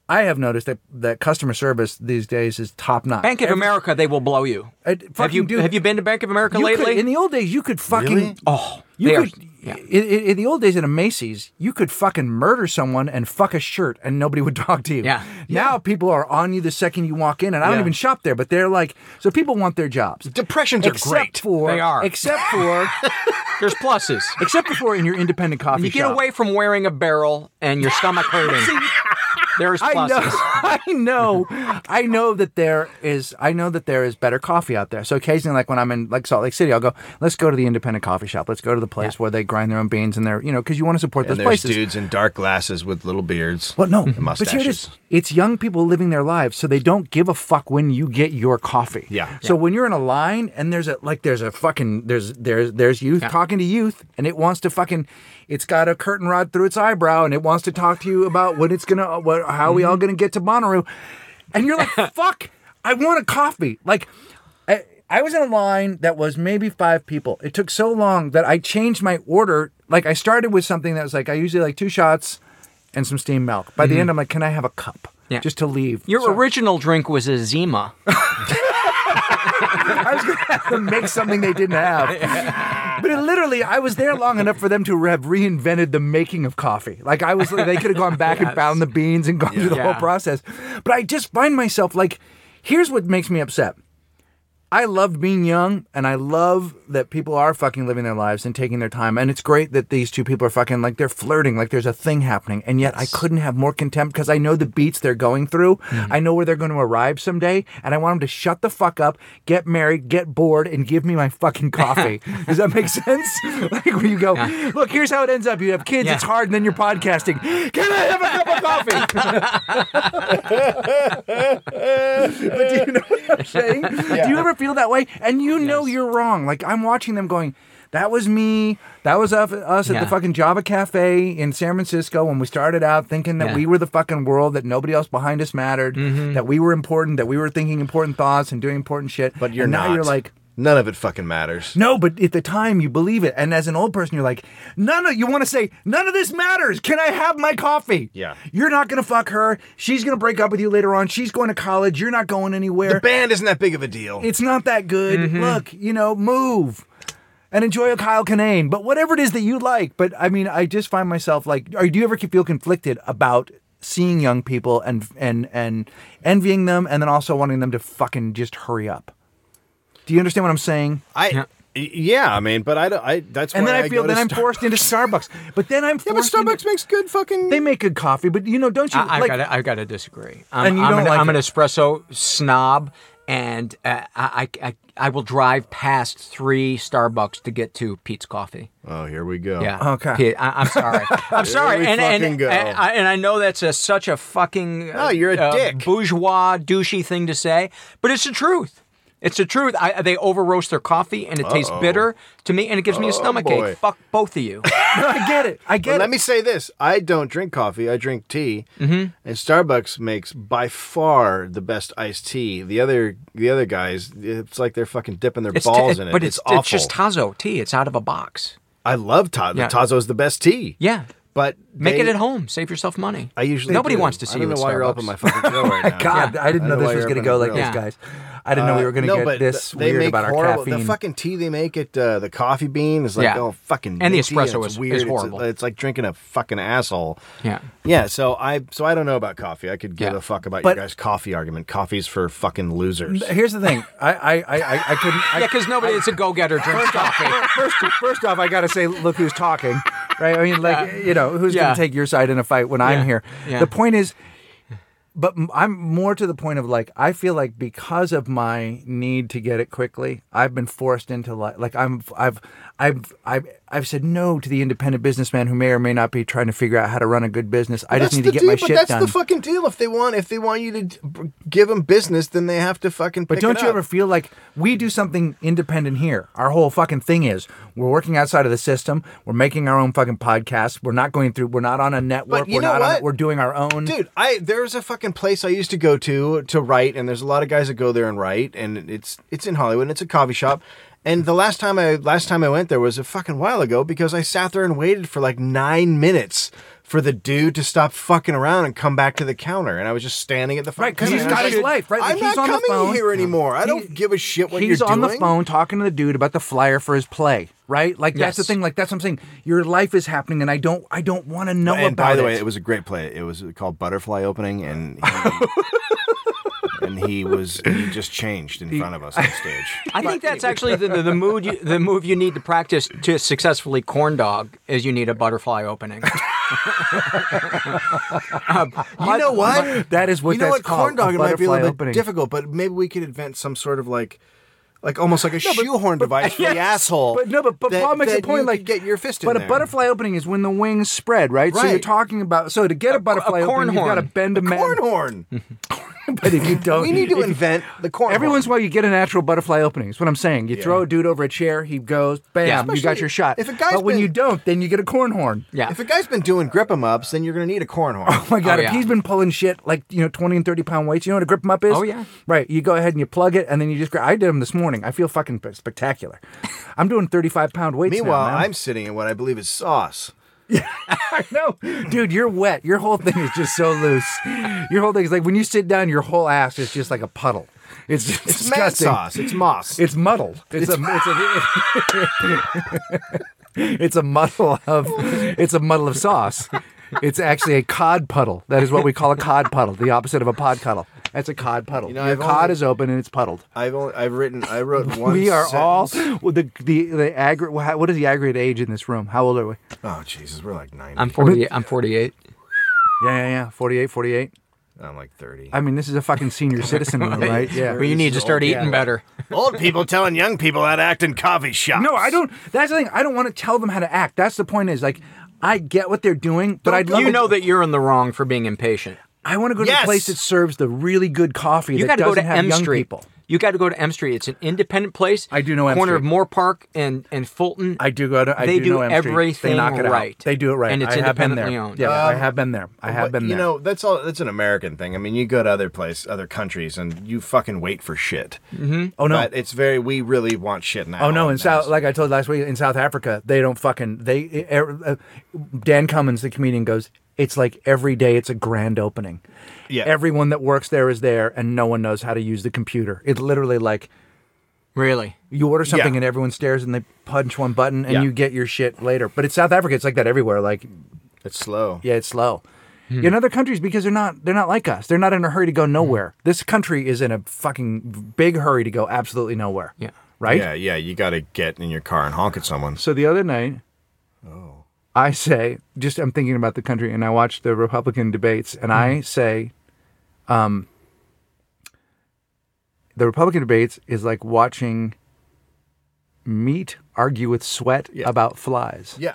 B: I have noticed that, that customer service these days is top notch.
C: Bank of America, they will blow you. Have you have you been to Bank of America
B: You could-
C: lately?
B: in the old days, you could fucking
C: oh,
B: you
C: they are-
B: could. In, in- in the old days at a Macy's, you could fucking murder someone and fuck a shirt, and nobody (laughs) would talk to you.
C: Yeah.
B: Now people are on you the second you walk in, and I don't
A: Yeah.
B: even shop there, but they're like, so people want their jobs.
A: Depressions are
B: except
A: great.
B: for
C: They are.
B: Except
C: (laughs)
B: for
C: there's pluses.
B: except for in your independent coffee
C: You get
B: shop.
C: away from wearing a barrel and your stomach
B: (laughs)
C: hurting. There's
B: I know,
C: pluses.
B: (laughs) I know, I know that there is. I know that there is better coffee out there. So occasionally, like when I'm in like Salt Lake City, I'll go. Let's go to the independent coffee shop. Let's go to the place where they grind their own beans and they're you know because you want to support
A: And
B: those
A: there's
B: places.
A: dudes in dark glasses with little beards.
B: Well, no,
A: and
B: but here it
A: mustaches.
B: is. It's young people living their lives, so they don't give a fuck when you get your coffee.
A: Yeah.
B: So when you're in a line and there's a like there's a fucking there's there's there's youth talking to youth and it wants to fucking it's got a curtain rod through its eyebrow and it wants to talk to you about what it's gonna what how we all gonna get to Bonnaroo, and you're like (laughs) fuck I want a coffee like. I I was in a line that was maybe five people. It took so long that I changed my order. Like I started with something that was like I usually like two shots and some steamed milk. By the end, I'm like, can I have a cup?
C: Mm-hmm. Yeah.
B: Just to leave.
C: Your
B: So
C: original drink was a
B: (laughs)
C: Zima.
B: I was gonna have them make something they didn't
C: (laughs)
B: have. But it literally, I was there long enough for them to have reinvented the making of coffee. Like I was, they could have gone back
C: (laughs)
B: and bound the beans and gone through the
C: Yeah.
B: whole process. But I just find myself like, here's what makes me upset. I loved being young and I love that people are fucking living their lives and taking their time. And it's great that these two people are fucking like they're flirting, like there's a thing happening. And yet I couldn't have more contempt because I know the beats they're going through. I know where they're going to arrive someday. And I want them to shut the fuck up, get married, get bored, and give me my fucking coffee. Does that make sense? (laughs) like where you go, look, here's how it ends up. You have kids,
C: Yeah.
B: it's hard, and then you're podcasting. Can I have a cup of coffee? (laughs) But do you know
A: (laughs)
B: what I'm saying? Do you ever feel that way? And you know you're wrong. Like I'm watching them going, that was me. That was us us at
C: Yeah.
B: the fucking Java Cafe in San Francisco when we started out thinking that
C: Yeah.
B: we were the fucking world, that nobody else behind us mattered,
A: Mm-hmm.
B: that we were important, that we were thinking important thoughts and doing important shit.
A: But you're
B: and
A: not.
B: now you're like,
A: none of it fucking matters.
B: no, but at the time you believe it. And as an old person, you're like, none of you want to say, none of this matters. Can I have my coffee?
A: Yeah.
B: You're not gonna fuck her. She's gonna break up with you later on. She's going to college. You're not going anywhere.
A: The band isn't that big of a deal.
B: It's not that good.
A: Mm-hmm.
B: Look, you know, move and enjoy a Kyle Kinane, but whatever it is that you like. But I mean, I just find myself like, are do you ever feel conflicted about seeing young people and and and envying them, and then also wanting them to fucking just hurry up? Do you understand what I'm saying?
A: I
C: Yeah.
A: y- yeah, I mean, but I don't. I that's
B: And
A: why
B: then I,
A: I
B: feel
A: go
B: that
A: to
B: I'm
A: Star-
B: forced into Starbucks, but then I'm
A: Yeah, but
B: forced.
A: Starbucks
B: into-
A: makes good fucking.
B: they make good coffee, but you know, don't you
C: I, I've
B: like?
C: got I got to disagree. I'm,
B: And you
C: I'm
B: don't
C: an,
B: like
C: I'm an
B: it.
C: espresso snob, and uh, I, I I I will drive past three Starbucks to get to Pete's Coffee.
A: oh, here we go.
C: Yeah.
B: Okay.
C: Pete, I, am sorry. (laughs) I'm sorry.
A: we
C: and, and,
A: fucking go.
C: and I, and I know that's a, such a fucking uh,
A: No, you're a
C: uh,
A: dick.
C: bourgeois douchey thing to say, but it's the truth. It's the truth. I, they over roast their coffee and it tastes bitter to me and it gives me a stomach
A: Oh, boy.
C: ache. Fuck both
A: (laughs)
C: of you.
B: (laughs) I get it. I get
A: But
B: it.
A: let me say this: I don't drink coffee. I drink tea, mm-hmm. and Starbucks makes by far the best iced tea. The other the other guys, it's like they're fucking dipping their
C: It's
A: balls
C: t-
A: in it.
C: But
A: it's,
C: it's,
A: awful.
C: just Tazo tea. It's out of a box.
A: I love Tazo.
C: Yeah.
A: Tazo is the best tea.
C: Yeah.
A: but
C: Make it
A: they-
C: at home. Save yourself money.
A: I usually
C: nobody
A: do.
C: wants to see
A: I don't
C: you
A: know
C: at
A: why you're up
C: Starbucks.
A: in my fucking grill
B: (laughs)
A: right now.
B: God, I didn't know
A: I know
B: this
A: why
B: was
A: you're
B: going to
A: up
B: go
A: in
B: like
A: a
B: this,
C: grill. Yeah.
B: guys. I didn't know we were going to
A: Uh, no,
B: get
A: but
B: this
A: th- they
B: weird
A: make
B: about our
A: horrible-
B: caffeine.
A: The fucking tea they make it, uh, the coffee bean is like
C: Yeah.
A: oh fucking
C: And the
A: minty,
C: espresso
A: it's
C: is-
A: weird.
C: is
A: It's-
C: horrible.
A: It's, like drinking a fucking asshole.
C: Yeah.
A: Yeah, so I so I don't know about coffee. I could give
C: Yeah.
A: a fuck about
B: But-
A: your guys' coffee argument. Coffee's for fucking losers.
B: Here's the thing. I I I, I, I couldn't. I,
C: Yeah, because nobody that's a go getter drinks coffee.
B: first, first off, I got to say, look who's talking, right? I mean, like, you know, who's
C: Yeah.
B: going to take your side in a fight when
C: Yeah.
B: I'm here?
C: Yeah.
B: The point is, but m- I'm more to the point of like, I feel like because of my need to get it quickly, I've been forced into like, like I'm, I've, I've, I've, I've said no to the independent businessman who may or may not be trying to figure out how to run a good business. I just
A: That's
B: need
A: the
B: to get
A: deal,
B: my
A: but
B: shit
A: that's
B: done.
A: the fucking deal. If they want, if they want you to d- b- give them business, then they have to fucking.
B: But
A: pick
B: don't
A: it
B: you
A: up.
B: ever feel like we do something independent here? Our whole fucking thing is we're working outside of the system. We're making our own fucking podcast. We're not going through. We're not on a network.
A: you
B: we're
A: know
B: not. On,
A: what?
B: we're doing our own.
A: Dude, I there's a fucking place I used to go to to write, and there's a lot of guys that go there and write, and it's it's in Hollywood, and it's a coffee shop. And the last time I last time I went there was a fucking while ago because I sat there and waited for like nine minutes for the dude to stop fucking around and come back to the counter, and I was just standing at the fucking
B: Right, 'cause
A: counter,
B: he's
A: and I
B: got
A: was
B: his
A: like,
B: life, right? Like,
A: I'm
B: he's
A: not
B: on the
A: coming
B: phone.
A: here anymore. I don't
B: He-
A: give a shit what
B: He's
A: you're
B: on
A: doing.
B: the phone talking to the dude about the flyer for his play, right? Like that's the
C: Yes.
B: thing. Like that's what I'm saying. Your life is happening, and I don't. I don't want to know
A: and
B: about
A: by the
B: it.
A: way, it was a great play. It was called Butterfly Opening, and
B: (laughs)
A: he, and he was he just changed in front of us on stage.
C: I think that's actually the, the, the mood you, the move you need to practice to successfully corn dog is you need a
B: (laughs)
C: butterfly opening.
A: You know what?
B: that is what
A: you know
B: that's
A: what corn
B: called,
A: dog
B: a
A: it might be a
B: butterfly
A: little
B: opening.
A: bit difficult, but maybe we could invent some sort of like. Like almost like a shoehorn device
B: (laughs)
A: for the asshole.
B: But no, but, but
A: that-
B: Paul makes
A: that
B: a point.
A: you
B: Like
A: could get your fist in
B: But a
A: there.
B: butterfly opening is when the wings spread, right? So you're
A: Right.
B: talking about. So to get a butterfly
C: corn
B: opening, you've got to
C: horn.
B: bend a, man.
A: corn horn.
B: (laughs) But if you don't,
A: We need to
B: if-
A: invent the corn.
B: Every
A: horn.
B: once in a while, you get a natural butterfly opening. That's what I'm saying. You throw a dude over a chair, he goes, bam,
C: Yeah.
B: you got your shot.
A: if a guy's
B: but when
A: been-
B: you don't, then you get a corn horn.
C: Yeah.
A: If a guy's been doing grip 'em ups, then you're gonna need a corn horn.
B: (laughs) Oh (laughs) my God,
C: Oh,
B: if
C: yeah.
B: he's been pulling shit like, you know, 20 and 30 pound weights, you know what a grip 'em up is?
C: Oh, yeah.
B: Right. You go ahead and you plug it, and then you just grab. I did them this morning. I feel fucking spectacular. (laughs) I'm doing 35 pound weights now,
A: Meanwhile,
B: man.
A: I'm sitting in what I believe is sauce.
B: (laughs) No, dude, you're wet. Your whole thing is just so loose. Your whole thing is like when you sit down, your whole ass is just like a puddle. It's just
A: It's mad
B: disgusting.
A: sauce. It's moss.
B: It's muddled. It's, a it's a it's a (laughs) muddle of it's a muddle of sauce. It's actually a cod puddle. That is what we call a cod puddle, the opposite of a pod cuddle. That's a cod puddle.
A: know,
B: Your
A: I've
B: cod
A: only-
B: is open and it's puddled.
A: I've only, I've written I wrote one.
B: (laughs) We are all
A: sentence.
B: well, the the the aggregate. What is the aggregate age in this room? How old are we?
A: Oh Jesus, we're like 90
C: I'm 40 I'm 48.
B: Yeah, yeah, yeah. 48, 48.
A: I'm like thirty.
B: I mean, this is a fucking
C: (laughs)
B: senior citizen, room, right? Yeah.
C: But you need to start eating better.
A: Old people telling young people how to act in coffee shops.
B: No, I don't. That's the thing. I don't want to tell them how to act. That's the point. Is like, I get what they're doing, but I'd love.
C: You
B: to-
C: know that you're in the wrong for being impatient.
B: I want to go to
A: Yes.
B: a place that serves the really good coffee
C: You
B: that
C: got to
B: doesn't
C: go to
B: have
C: M
B: young
C: Street.
B: people.
C: You got to go to M Street. It's an independent place.
B: I do know M
C: corner of
B: Street.
C: Moore Park and and Fulton.
B: I do go to. I
C: they
B: do, know M Street.
C: everything
B: They knock it out.
C: right.
B: They do it right.
C: and it's
B: I have been
C: independently
B: there.
C: owned. Um, uh,
B: Yeah, I have been there. I have
A: But,
B: been
A: you
B: there.
A: know that's all that's an american thing i mean you go to other place other countries and you fucking wait for shit
B: oh no.
A: but it's very we really want shit now
B: Oh no! In
A: And
B: South,
A: that's-
B: like I told last week, in South Africa, they don't fucking they. Uh, Dan Cummins, the comedian, goes. It's like every day it's a grand opening.
A: Yeah.
B: Everyone that works there is there, and no one knows how to use the computer. It's literally like
C: Really?
B: you order something
A: Yeah.
B: and everyone stares and they punch one button and
A: Yeah.
B: you get your shit later. But in South Africa, it's like that everywhere. Like,
A: it's slow
B: yeah, it's slow.
A: Hmm.
B: In other countries, because they're not they're not like us. They're not in a hurry to go nowhere. This country is in a fucking big hurry to go absolutely nowhere.
C: Yeah.
B: Right.
A: yeah yeah you gotta get in your car and honk at someone
B: So the other night, I say, just I'm thinking about the country, and I watch the Republican debates, and I say, um, the Republican debates is like watching meat argue with sweat about flies.
A: (laughs) yeah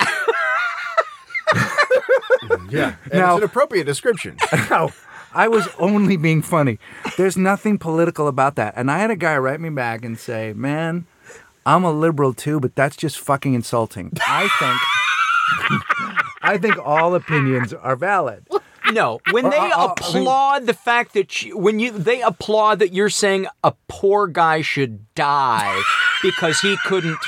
A: yeah and
B: Now- (laughs)
A: it's an appropriate description
B: Now, I was only being funny. There's nothing political about that. And I had a guy write me back and say, "Man, I'm a liberal too, but that's just fucking insulting." I think (laughs) I think all opinions are valid.
C: No, when they
B: I- I- I mean-
C: applaud the fact that you, when you they applaud that you're saying a poor guy should
B: (laughs)
C: die because he couldn't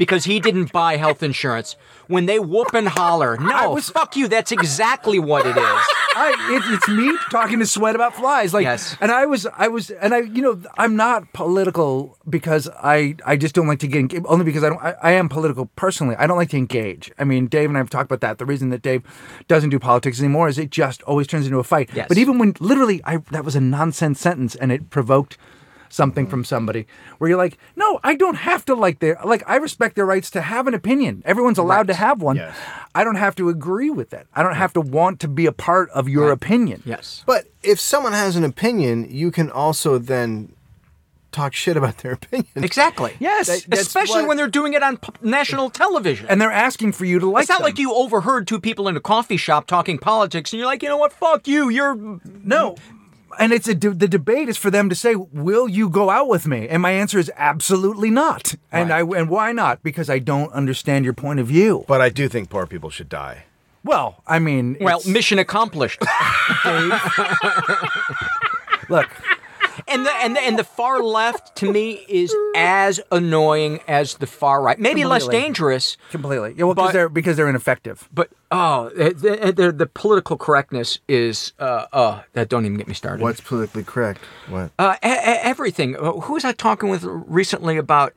C: because he didn't buy health insurance. When they whoop and holler, no,
B: was-
C: fuck you. That's exactly what it is.
B: I, it, it's me talking to sweat about flies. Like,
C: Yes.
B: and I was, I was, and I, you know, I'm not political because I, I just don't like to get enga- only because I don't, I, I am political personally. I don't like to engage. I mean, Dave and I have talked about that. The reason that Dave doesn't do politics anymore is it just always turns into a fight.
C: Yes.
B: But even when literally, I that was a nonsense sentence and it provoked something from somebody where you're like, no, I don't have to like their like I respect their rights to have an opinion. Everyone's allowed to have one.
D: Yes.
B: I don't have to agree with it. I don't have to want to be a part of your opinion.
C: Yes.
A: But if someone has an opinion, you can also then talk shit about their opinion.
C: Exactly.
B: Yes.
A: That- that's
C: Especially
A: what-
C: when they're doing it on p- national television.
B: And they're asking for you to like
C: it's not
B: them.
C: like you overheard two people in a coffee shop talking politics and you're like, you know what, fuck you, you're
B: No. And it's a de- the debate is for them to say, "Will you go out with me?" And my answer is absolutely not. And I and why not? Because I don't understand your point of view.
D: But I do think poor people should die.
B: Well, I mean,
C: well,
B: it's-
C: mission accomplished.
B: look,
C: And the, and the and the far left to me is as annoying as the far right. Maybe less
B: Completely.
C: dangerous,
B: completely. Yeah, well, because
C: But-
B: they're because they're ineffective.
C: but oh, the, the, the political correctness is uh uh that don't even get me started.
A: What's politically correct? What?
C: Uh, e- e- everything. Uh, Who was I talking with recently about?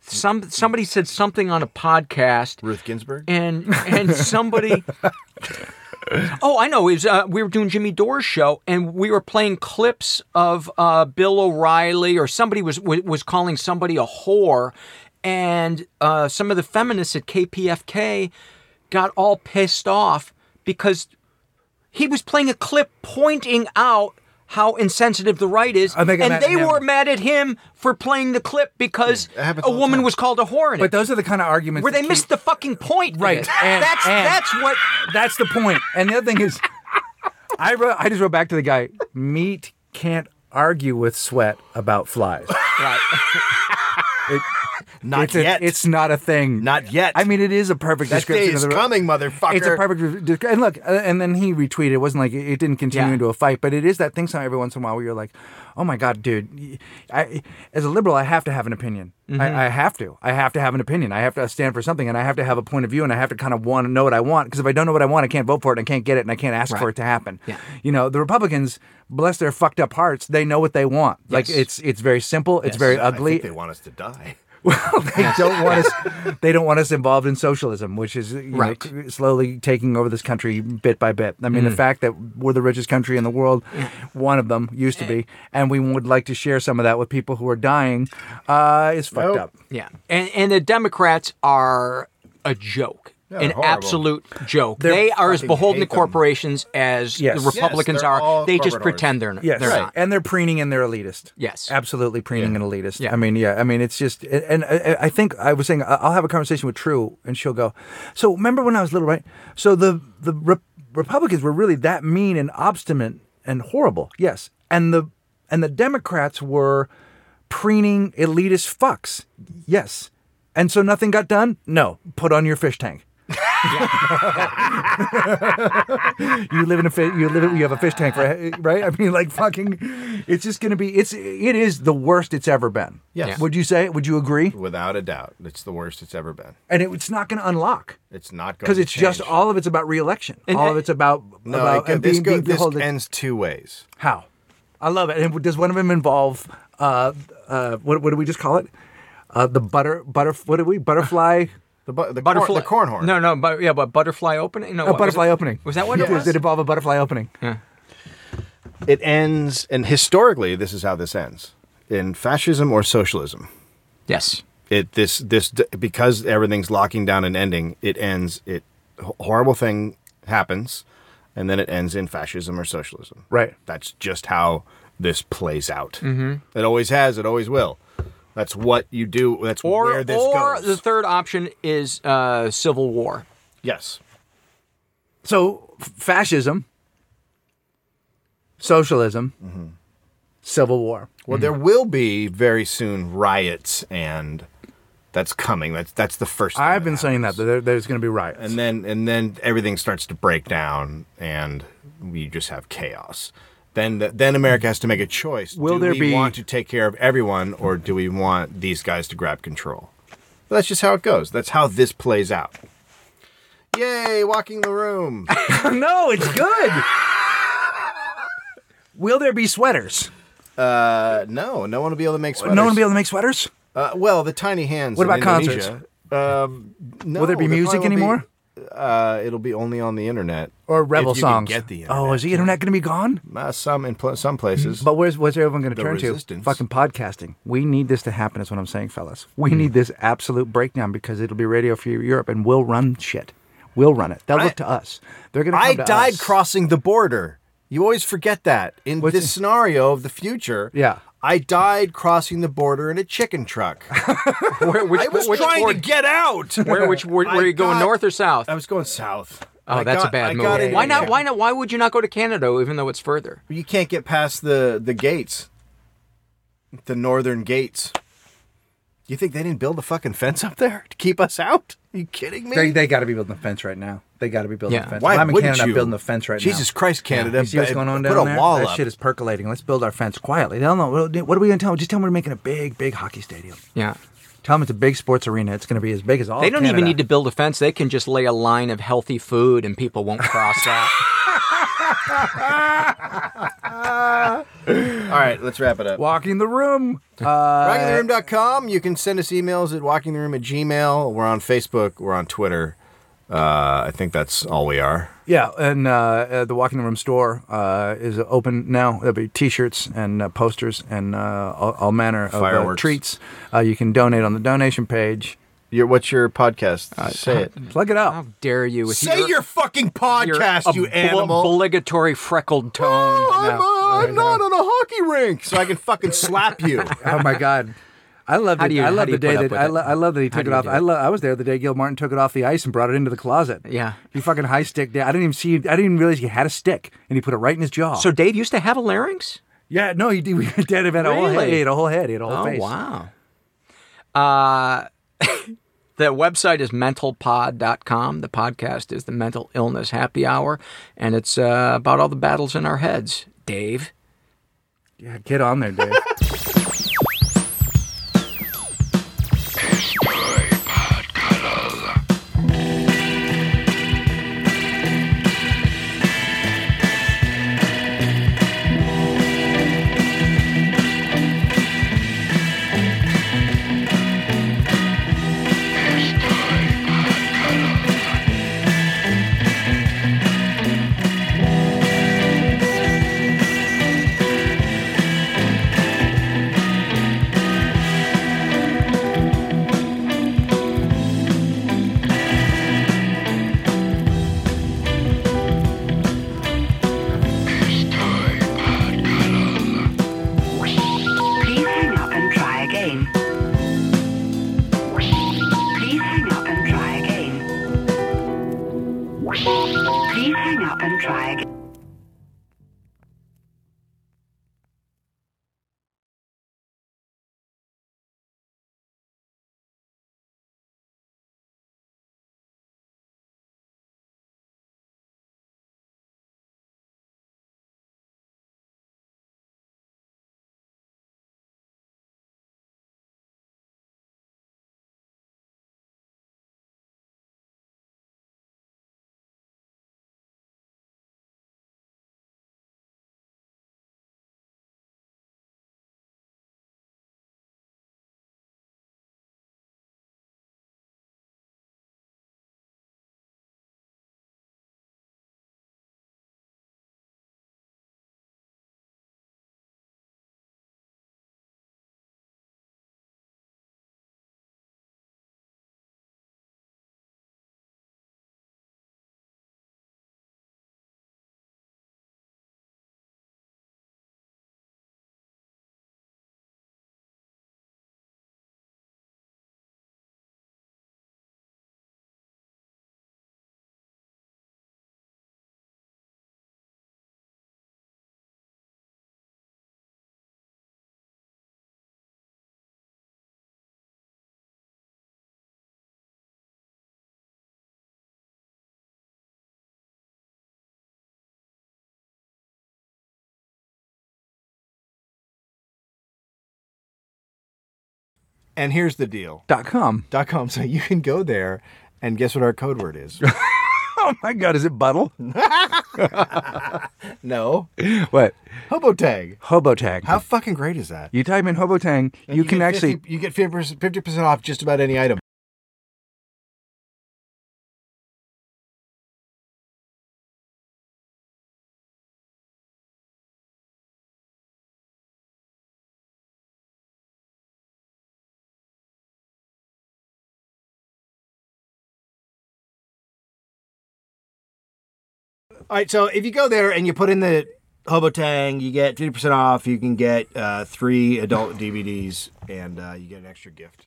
C: Some somebody said something on a podcast.
A: Ruth Ginsburg?
C: and
A: (laughs)
C: and somebody oh i know it was, uh, we were doing jimmy dore's show and we were playing clips of uh, bill o'reilly or somebody was wa- was calling somebody a whore and uh, some of the feminists at kpfk got all pissed off because he was playing a clip pointing out how insensitive the right is,
B: Oh, they got
C: and
B: mad at
C: they
B: him.
C: were mad at him for playing the clip because
A: that happens
C: a
A: all the
C: woman
A: time.
C: was called a whore. In it
B: But those are the kind of arguments
C: where
B: that
C: they
B: keep-
C: missed the fucking point. of
B: Right,
C: it.
B: and-
C: that's
B: and-
C: that's what.
B: That's the point. And the other thing is, I wrote, I just wrote back to the guy. Meat can't argue with sweat about flies.
A: Not
B: it's, a- it's not a thing.
A: Not yet.
B: I mean, it is a perfect
A: that day
B: description
A: is
B: of the.
A: coming, motherfucker.
B: It's a perfect re- descri- and look, uh, and then he retweeted. It wasn't like it, it didn't continue
C: Yeah.
B: into a fight, but it is that thing. Some every once in a while where you're like, "Oh my god, dude! y- I, as a liberal, I have to have an opinion.
A: Mm-hmm.
B: I, I have to. I have to have an opinion. I have to stand for something, and I have to have a point of view, and I have to kind of want to know what I want. Because if I don't know what I want, I can't vote for it, and I can't get it, and I can't ask for
C: Right.
B: it to happen.
C: Yeah.
B: You know, the Republicans, bless their fucked up hearts, they know what they want. Like
C: Yes.
B: it's it's very simple. It's very
D: I
B: ugly.
D: think they want us to die.
B: Well, (laughs) they don't want us. They don't want us involved in socialism, which is you know,
C: Right.
B: c- slowly taking over this country bit by bit. I mean, the fact that we're the richest country in the world, one of them used to be, and we would like to share some of that with people who are dying, uh, is fucked up.
C: Yeah, and and the Democrats are a joke. An
D: horrible.
C: absolute joke. they are as
A: fucking
C: beholden to
A: hate them.
C: corporations as
B: Yes.
C: the
B: Yes,
C: Republicans
D: they're
C: are.
D: all
C: They just
D: corporators.
C: pretend they're, n-
B: Yes,
C: they're not.
B: and they're preening and they're elitist.
C: Yes.
B: absolutely preening and elitist.
C: Yeah.
B: I mean, yeah, I mean, it's just, and, and I, I think I was saying I- I'll have a conversation with True, and she'll go, "So remember when I was little, right? So the the Re- Republicans were really that mean and obstinate and horrible. Yes, and the and the Democrats were preening elitist fucks. Yes, and so nothing got done. No, put on your fish tank." you live in a fish, you live you have a fish tank right right i mean like fucking it's just gonna be it's it is the worst it's ever been
D: Yes. Yeah.
B: would you say would you agree
D: Without a doubt, it's the worst it's ever been.
B: and it, it's not gonna unlock
D: It's not going
B: because
D: to
B: it's just
D: change.
B: all of it's about reelection all of it's about
A: no,
B: about
A: it go-
B: uh,
A: this,
B: being,
A: go,
B: being
A: this
B: beholden
A: ends two ways.
B: how i love it and does one of them involve uh uh what, what do we just call it uh the butter butter what do we butterfly
A: The, bu- the,
C: Butterfly,
A: corn, the cornhorn.
C: No, no, but yeah, but butterfly opening. No,
B: a
C: (laughs) what was
B: butterfly
C: it?
B: opening
C: Was that what
B: Yes,
C: it was?
B: did involve a butterfly opening
A: It ends, and historically, this is how this ends in fascism or socialism.
C: Yes.
A: it this this because everything's locking down and ending it ends it horrible thing happens and then it ends in fascism or socialism
B: Right.
A: that's just how this plays out mm-hmm. it always has it always will that's what you do that's
C: Or
A: where this
C: or
A: goes
C: the third option is uh, civil war.
A: yes
B: so f- fascism socialism, civil war.
A: Well, there will be very soon riots, and that's coming. That's that's the first. thing
B: I've been
A: happens.
B: saying that, that there, there's going to be riots.
A: and then and then everything starts to break down, and we just have chaos. Then the, then America has to make a choice.
B: Will
A: do
B: there
A: we
B: be-
A: want to take care of everyone, or do we want these guys to grab control? Well, that's just how it goes. That's how this plays out. Yay! Walking the room.
B: (laughs) no, it's good. Will there be sweaters?
A: Uh, no, no one will be able to make sweaters.
B: No one will be able to make sweaters?
A: Uh, well, the tiny hands.
B: What
A: in
B: about concerts?
A: Indonesia, Um, no,
B: Will there be
A: probably
B: music
A: won't be-
B: anymore?
A: uh, it'll be only on the internet
B: Or rebel
A: if you
B: songs?
A: Can get the internet.
B: oh, is the internet going to be gone?
A: Uh, some in pl- some places.
B: But where's where's everyone going to
A: The
B: turn
A: resistance.
B: to? Fucking podcasting. We need this to happen. Is what I'm saying, fellas. We
A: Hmm.
B: need this absolute breakdown because it'll be radio for Europe, and we'll run shit. We'll run it. They'll
A: I-
B: look to us. They're going to.
A: I died
B: us.
A: crossing the border. You always forget that in
B: What's
A: this
B: it-
A: scenario of the future.
B: Yeah.
A: I died crossing the border in a chicken truck.
C: Where, (laughs)
A: (laughs)
C: which,
A: I was
C: which
A: trying
C: board-
A: to get out.
C: Where, which, where,
A: (laughs) I
C: where are you going,
A: got-
C: north or south?
A: I was going south.
C: Oh,
A: I
C: that's
A: got-
C: a bad
A: I
C: move.
A: got in-
C: Why not? Why not? Why would you not go to Canada, even though it's further?
A: You can't get past the the gates, the northern gates. You think they didn't build a fucking fence up there to keep us out? Are you kidding me?
B: They, they got to be building a fence right now. They got to be building
C: Yeah.
B: a fence.
A: Why
B: If I'm in
A: wouldn't
B: Canada. I'm
A: you?
B: building a fence right now.
A: Jesus Christ, Canada!
B: You see what's
A: ba-
B: going on
A: Put
B: down
A: a
B: there?
A: wall
B: that
A: up.
B: shit is percolating. Let's build our fence quietly. They don't know. What are we going to tell them? Just tell them we're making a big, big hockey stadium.
C: Yeah.
B: Tell them it's a big sports arena. It's going to be as big as all.
C: They
B: of
C: don't even
B: Canada.
C: need to build a fence. They can just lay a line of healthy food, and people
A: (laughs)
C: won't cross that.
A: All right, let's wrap it up.
B: walk in the
C: (laughs)
B: room. Uh,
A: rockingtheroom.com. You can send us emails at rockingtheroom at gmail. We're on Facebook. We're on Twitter. Uh, I think that's all we are.
B: Yeah, and uh, uh, the Walking the Room store uh, is open now. There'll be T-shirts and uh, posters and uh, all, all manner of uh,
A: Fireworks.
B: treats. Uh, you can donate on the donation page.
A: Your, what's your podcast?
B: Uh,
A: Say it.
B: Plug it
C: How
B: up.
C: dare you? With
A: Say your, fucking
C: your
A: podcast, you
C: obli-
A: animal.
C: Obligatory freckled tone.
A: Oh, I'm, uh, I'm not on a hockey rink, so I can fucking slap
B: (laughs)
A: you.
B: Oh my God. I loved
C: How
B: it.
C: do you-
B: I
C: how
B: love
C: do
B: the
C: you
B: day
C: put
B: that
C: up with
B: I,
C: it?
B: lo- I love that he took
C: do
B: it
C: you
B: off.
C: do
B: I,
C: it?
B: lo- I was there the day Gil Martin took it off the ice and brought it into the closet.
C: Yeah.
B: he fucking high sticked it. I didn't even see. I didn't even realize he had a stick, and he put it right in his jaw.
C: So Dave used to have a larynx.
B: yeah, no, he did. (laughs) We did have had a whole head.
C: Really?
B: He had a whole head. He had a whole
C: Oh
B: face.
C: wow. Uh, (laughs) the website is mentalpod.com. The podcast is the Mental Illness Happy Hour, and it's uh, about all the battles in our heads. Dave.
B: Yeah, get on there,
C: (laughs)
B: dude.
A: And here's the deal.
B: Dot com.
A: Dot com. So you can go there, and guess what our code word (laughs) is?
B: Oh my God, is it Buttle?
A: no,
B: what?
A: hobo tag.
B: Hobotang.
A: How fucking great is that?
B: you type in Hobotang, you,
A: And
B: can
A: get
B: actually.
A: 50 you get fifty percent off just about any item. All right, so if you go there and you put in the Hobotang, you get 50% off. You can get uh, three adult DVDs and uh, you get an extra gift.